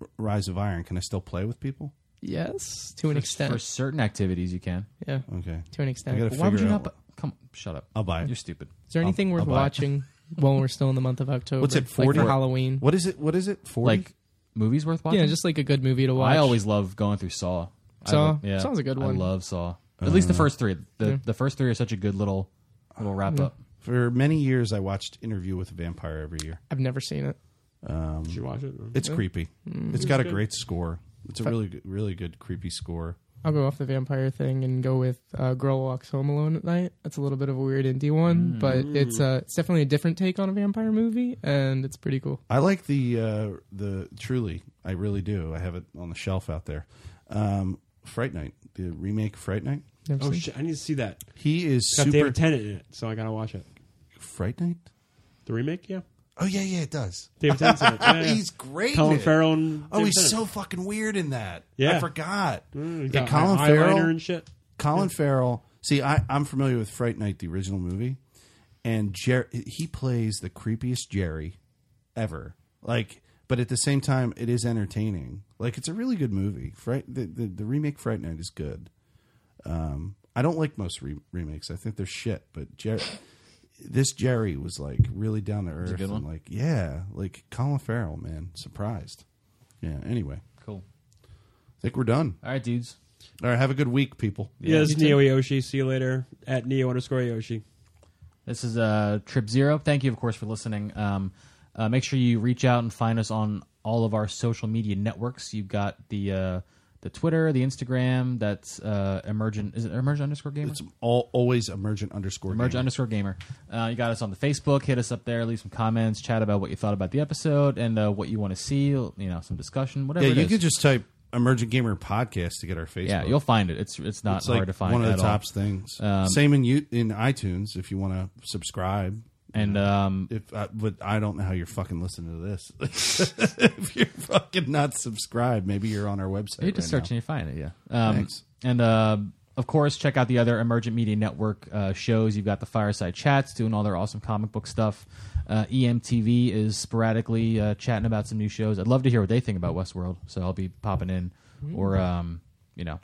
B: R- Rise of Iron, can I still play with people?
A: Yes, to an extent.
D: for certain activities you can.
A: yeah,
B: Okay.
A: to an
B: I
A: extent.
B: gotta
A: Is
D: Why would
B: figure
D: you
B: out
D: not?
B: what-
D: bu- come on, shut up.
B: I'll buy it.
D: You're stupid.
A: there anything
B: I'll
A: worth
B: buy it.
A: watching while we're still in the month of October?
B: What's it?
A: Like for
B: Forty
A: Halloween?
B: What is it? What is it? Forty.
D: Like movies worth watching.
A: Yeah, just like a good movie to watch.
D: I always love going through Saw. I
A: Saw?
D: love- yeah,
A: Saw's a good
D: I
A: one.
D: love Saw. At least the first three. The
A: Yeah.
D: the first three are such a good little little wrap up.
B: For many years, I watched Interview with a Vampire every year. Um,
A: I've never seen it.
C: Did you watch it?
B: It's creepy. It's got a
C: good.
B: great score. It's a really, good, really good creepy score.
A: I'll go off the vampire thing and go with uh, "Girl Walks Home Alone at Night." That's a little bit of a weird indie one,
D: Mm.
A: but it's uh, it's definitely a different take on a vampire movie, and it's pretty cool.
B: I like the uh, the truly. I really do. I have it on the shelf out there. Um, Fright Night, the remake of Fright Night.
A: Never
C: Oh
A: seen it.
C: shit! I need to see that.
B: He is
C: It's got
B: super
C: David Tennant in it, so I gotta watch it.
B: Fright Night.
C: The remake, yeah.
B: Oh yeah, yeah, it does.
C: David Tennant's in it. Yeah, yeah.
B: He's great. in
C: Colin
B: it.
C: Farrell. And
B: Oh,
C: David
B: he's
C: Tennant.
B: so fucking weird in that. I
C: Yeah.
B: forgot.
C: Mm, he's
B: Yeah,
C: got
B: Colin
C: eyeliner
B: Farrell.
C: and shit.
B: Colin Farrell. See, I, I'm familiar with Fright Night, the original movie, and Jer- he plays the creepiest Jerry ever. Like, but at the same time, it is entertaining. Like, it's a really good movie. Fright the the, the remake Fright Night is good. Um, I don't like most re- remakes. I think they're shit. But Jer- this Jerry was like really down to earth.
D: a good
B: and,
D: one.
B: Like, yeah, like Colin Farrell, man, surprised. Yeah. Anyway,
D: Cool.
B: I think we're done.
D: All right, dudes.
B: All right, have a good week, people.
C: Yeah, this is Neo Yoshi. See you later at Neo underscore Yoshi.
D: This is uh, Trip Zero. Thank you, of course, for listening. Um, uh, make sure you reach out and find us on all of our social media networks. You've got the uh, the Twitter, the Instagram. That's uh, emergent. Is it emergent underscore gamer?
B: It's all always emergent underscore
D: Merge
B: gamer.
D: underscore gamer. Uh, you got us on the Facebook. Hit us up there. Leave some comments. Chat about what you thought about the episode and uh, what you want to see. You know, some discussion. Whatever.
B: Yeah,
D: it
B: you
D: is.
B: could just type emergent gamer podcast to get our Facebook.
D: Yeah, you'll find it. It's it's not
B: it's
D: hard
B: like
D: to find.
B: one of
D: at
B: the
D: all. Um,
B: tops things. Same in you in iTunes if you want to subscribe.
D: And um,
B: If uh, but I don't know how you're fucking listening to this. if you're fucking not subscribed, maybe you're on our website.
D: you just
B: right
D: search and you find it. Yeah. Um,
B: Thanks.
D: And uh, of course, check out the other Emergent Media Network uh, shows. You've got the Fireside Chats doing all their awesome comic book stuff. Uh, EMTV is sporadically uh, chatting about some new shows. I'd love to hear what they think about Westworld, so I'll be popping in
A: Mm-hmm.
D: or
A: Mm.
D: um, you know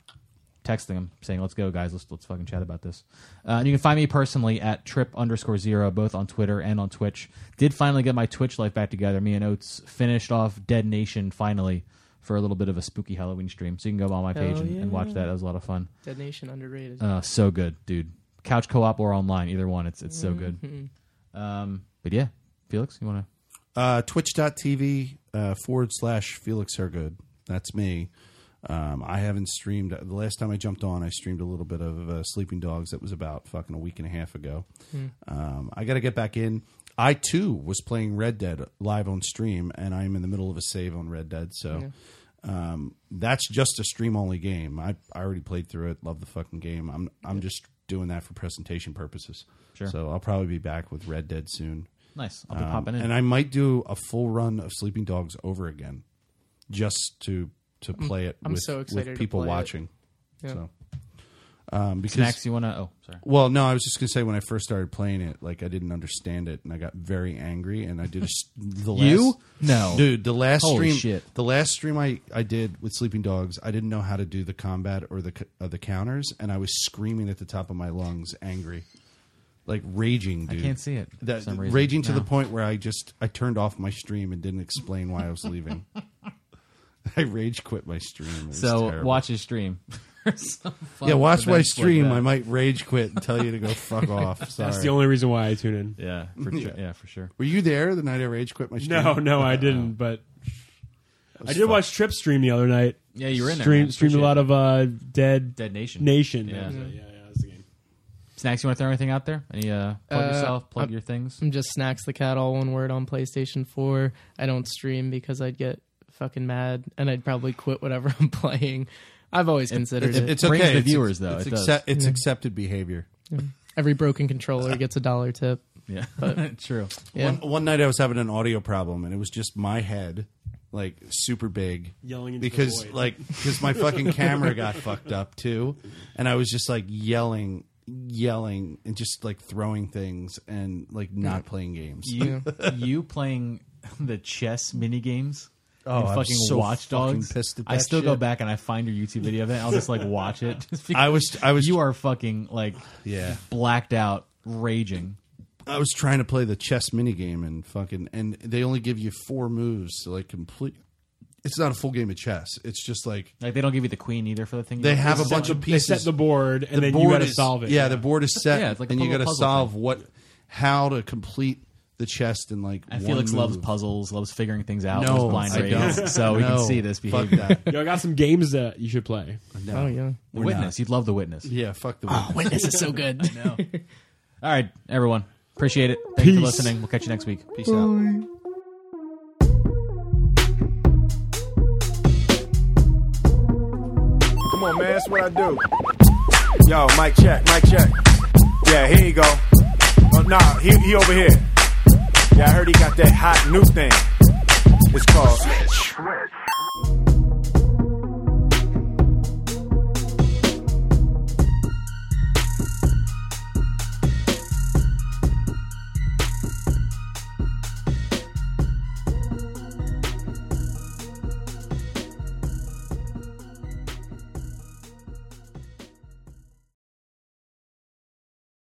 D: texting them saying, "Let's go, guys. Let's let's fucking chat about this." Uh, and you can find me personally at trip underscore zero, both on Twitter and on Twitch. Did finally get my Twitch life back together. Me and Oates finished off Dead Nation finally for a little bit of a spooky Halloween stream. So you can go on my page
A: Hell
D: and, and watch
A: yeah.
D: that. That was a lot of fun.
A: Dead Nation underrated.
D: Uh, so good, dude. Couch co-op or online, either one. It's it's so
A: Mm-hmm.
D: good. Um, but yeah, Felix, you want to?
B: now. Uh, Twitch.tv uh, forward slash Felix Hergood. That's me. Um, I haven't streamed. The last time I jumped on, I streamed a little bit of uh, Sleeping Dogs. That was about fucking a week and a half ago. Um, I got to get back in. I too was playing Red Dead live on stream, and I'm in the middle of a save on Red Dead. So um, that's just a stream only game. I, I already played through it. Love the fucking game. I'm I'm just doing that for presentation purposes.
D: Sure.
B: So I'll probably be back with Red Dead soon.
D: Nice. I'll be
B: Um,
D: popping in.
B: And I might do a full run of Sleeping Dogs over again, just to to play it.
A: Mm-hmm. I'm
B: with,
A: so
B: with
A: excited to
B: people
A: play it.
B: watching.
A: Yeah.
B: So, um, because
D: Snacks, you want to? Oh, sorry.
B: well, no, I was just gonna say when I first started playing it, like I didn't understand it, and I got very angry, and I did a, s- the last,
D: You? No.
B: dude. The last
D: Holy
B: stream,
D: shit.
B: the last stream I I did with Sleeping Dogs, I didn't know how to do the combat or the c- uh, the counters, and I was screaming at the top of my lungs, angry, like raging. Dude.
D: can't see it for
B: That-
D: some reason.
B: Raging to
D: No.
B: the point where I just I turned off my stream and didn't explain why I was leaving. I rage quit my stream. It was
D: So
B: terrible.
D: watch his stream. Or some fun
B: Yeah, watch my
D: events like
B: stream.
D: that.
B: I might rage quit and tell you to go fuck off. Sorry.
C: That's the only reason why I tune in.
D: Yeah, for sure. Yeah, for sure.
B: Were you there the night I rage quit my stream?
C: No, no, I didn't. But I did
B: fun.
C: watch Trip stream the other night.
D: Yeah, you were in there,
C: Stream,
D: man.
C: Streamed a
D: Appreciate
C: lot
D: it.
C: of uh, Dead
D: Dead Nation.
C: Nation.
D: Yeah.
C: yeah, yeah, that's the game.
D: Snacks, you want to throw anything out there? Any uh, plug
A: Uh,
D: yourself, plug your things.
A: I'm just snacks the cat all one word on PlayStation 4. I don't stream because I'd get fucking mad and I'd probably quit whatever I'm playing. I've always considered
B: It's,
A: it.
B: it's
D: brings
B: okay.
D: the
B: It's-
D: viewers, though.
B: It's,
D: It does.
B: accep- it's accepted behavior.
A: Every broken controller gets a dollar tip.
D: Yeah,
A: Uh,
D: true.
A: Yeah.
B: One, one night I was having an audio problem, and it was just my head, like super big,
C: Yelling into the
B: because
C: void.
B: like because my fucking camera got fucked up too, and I was just like yelling yelling and just like throwing things and like not playing games.
D: You you playing the chess mini games?
B: Oh,
D: and
B: I'm
D: fucking
B: so
D: Watch Dogs.
B: fucking pissed at
D: I
B: that
D: still go
B: shit.
D: back and I find your YouTube video of it. I'll just like watch it. Just because
B: I was- I was-
D: You are fucking like
B: Yeah.
D: blacked out, raging.
B: I was trying to play the chess minigame and fucking and they only give you four moves to like complete. It's not a full game of chess. It's just like
D: Like they don't give you the queen either for the thing. you
B: they
D: want.
B: have a
C: Set
B: bunch
C: the-
B: of pieces.
C: They set the board, and then you got to
B: is-
C: solve it.
B: Yeah, the board is set,
D: Yeah, it's like a
B: and you
D: puzzle-
B: got to
D: puzzle
B: solve what, how to complete the chest in like.
D: And
B: one
D: Felix
B: move.
D: loves puzzles, loves figuring things out.
B: No,
D: loves blind
B: I
D: raids.
B: don't.
D: So we can
B: No,
D: see this
B: Fuck
D: behavior.
B: that.
C: Yo, I got some games that you should play.
B: No.
A: Oh yeah.
D: The witness, you'd love the witness.
B: Yeah, fuck the. witness.
A: Witness is so good.
D: All right, everyone, appreciate it. Thank you for
C: Peace.
D: listening. We'll catch you next week.
B: Peace out.
E: Come on, man, that's what I do. Yo, mic check, mic check. Yeah, here you go. Oh, nah, he, he over here. Yeah, I heard he got that hot new thing. It's called.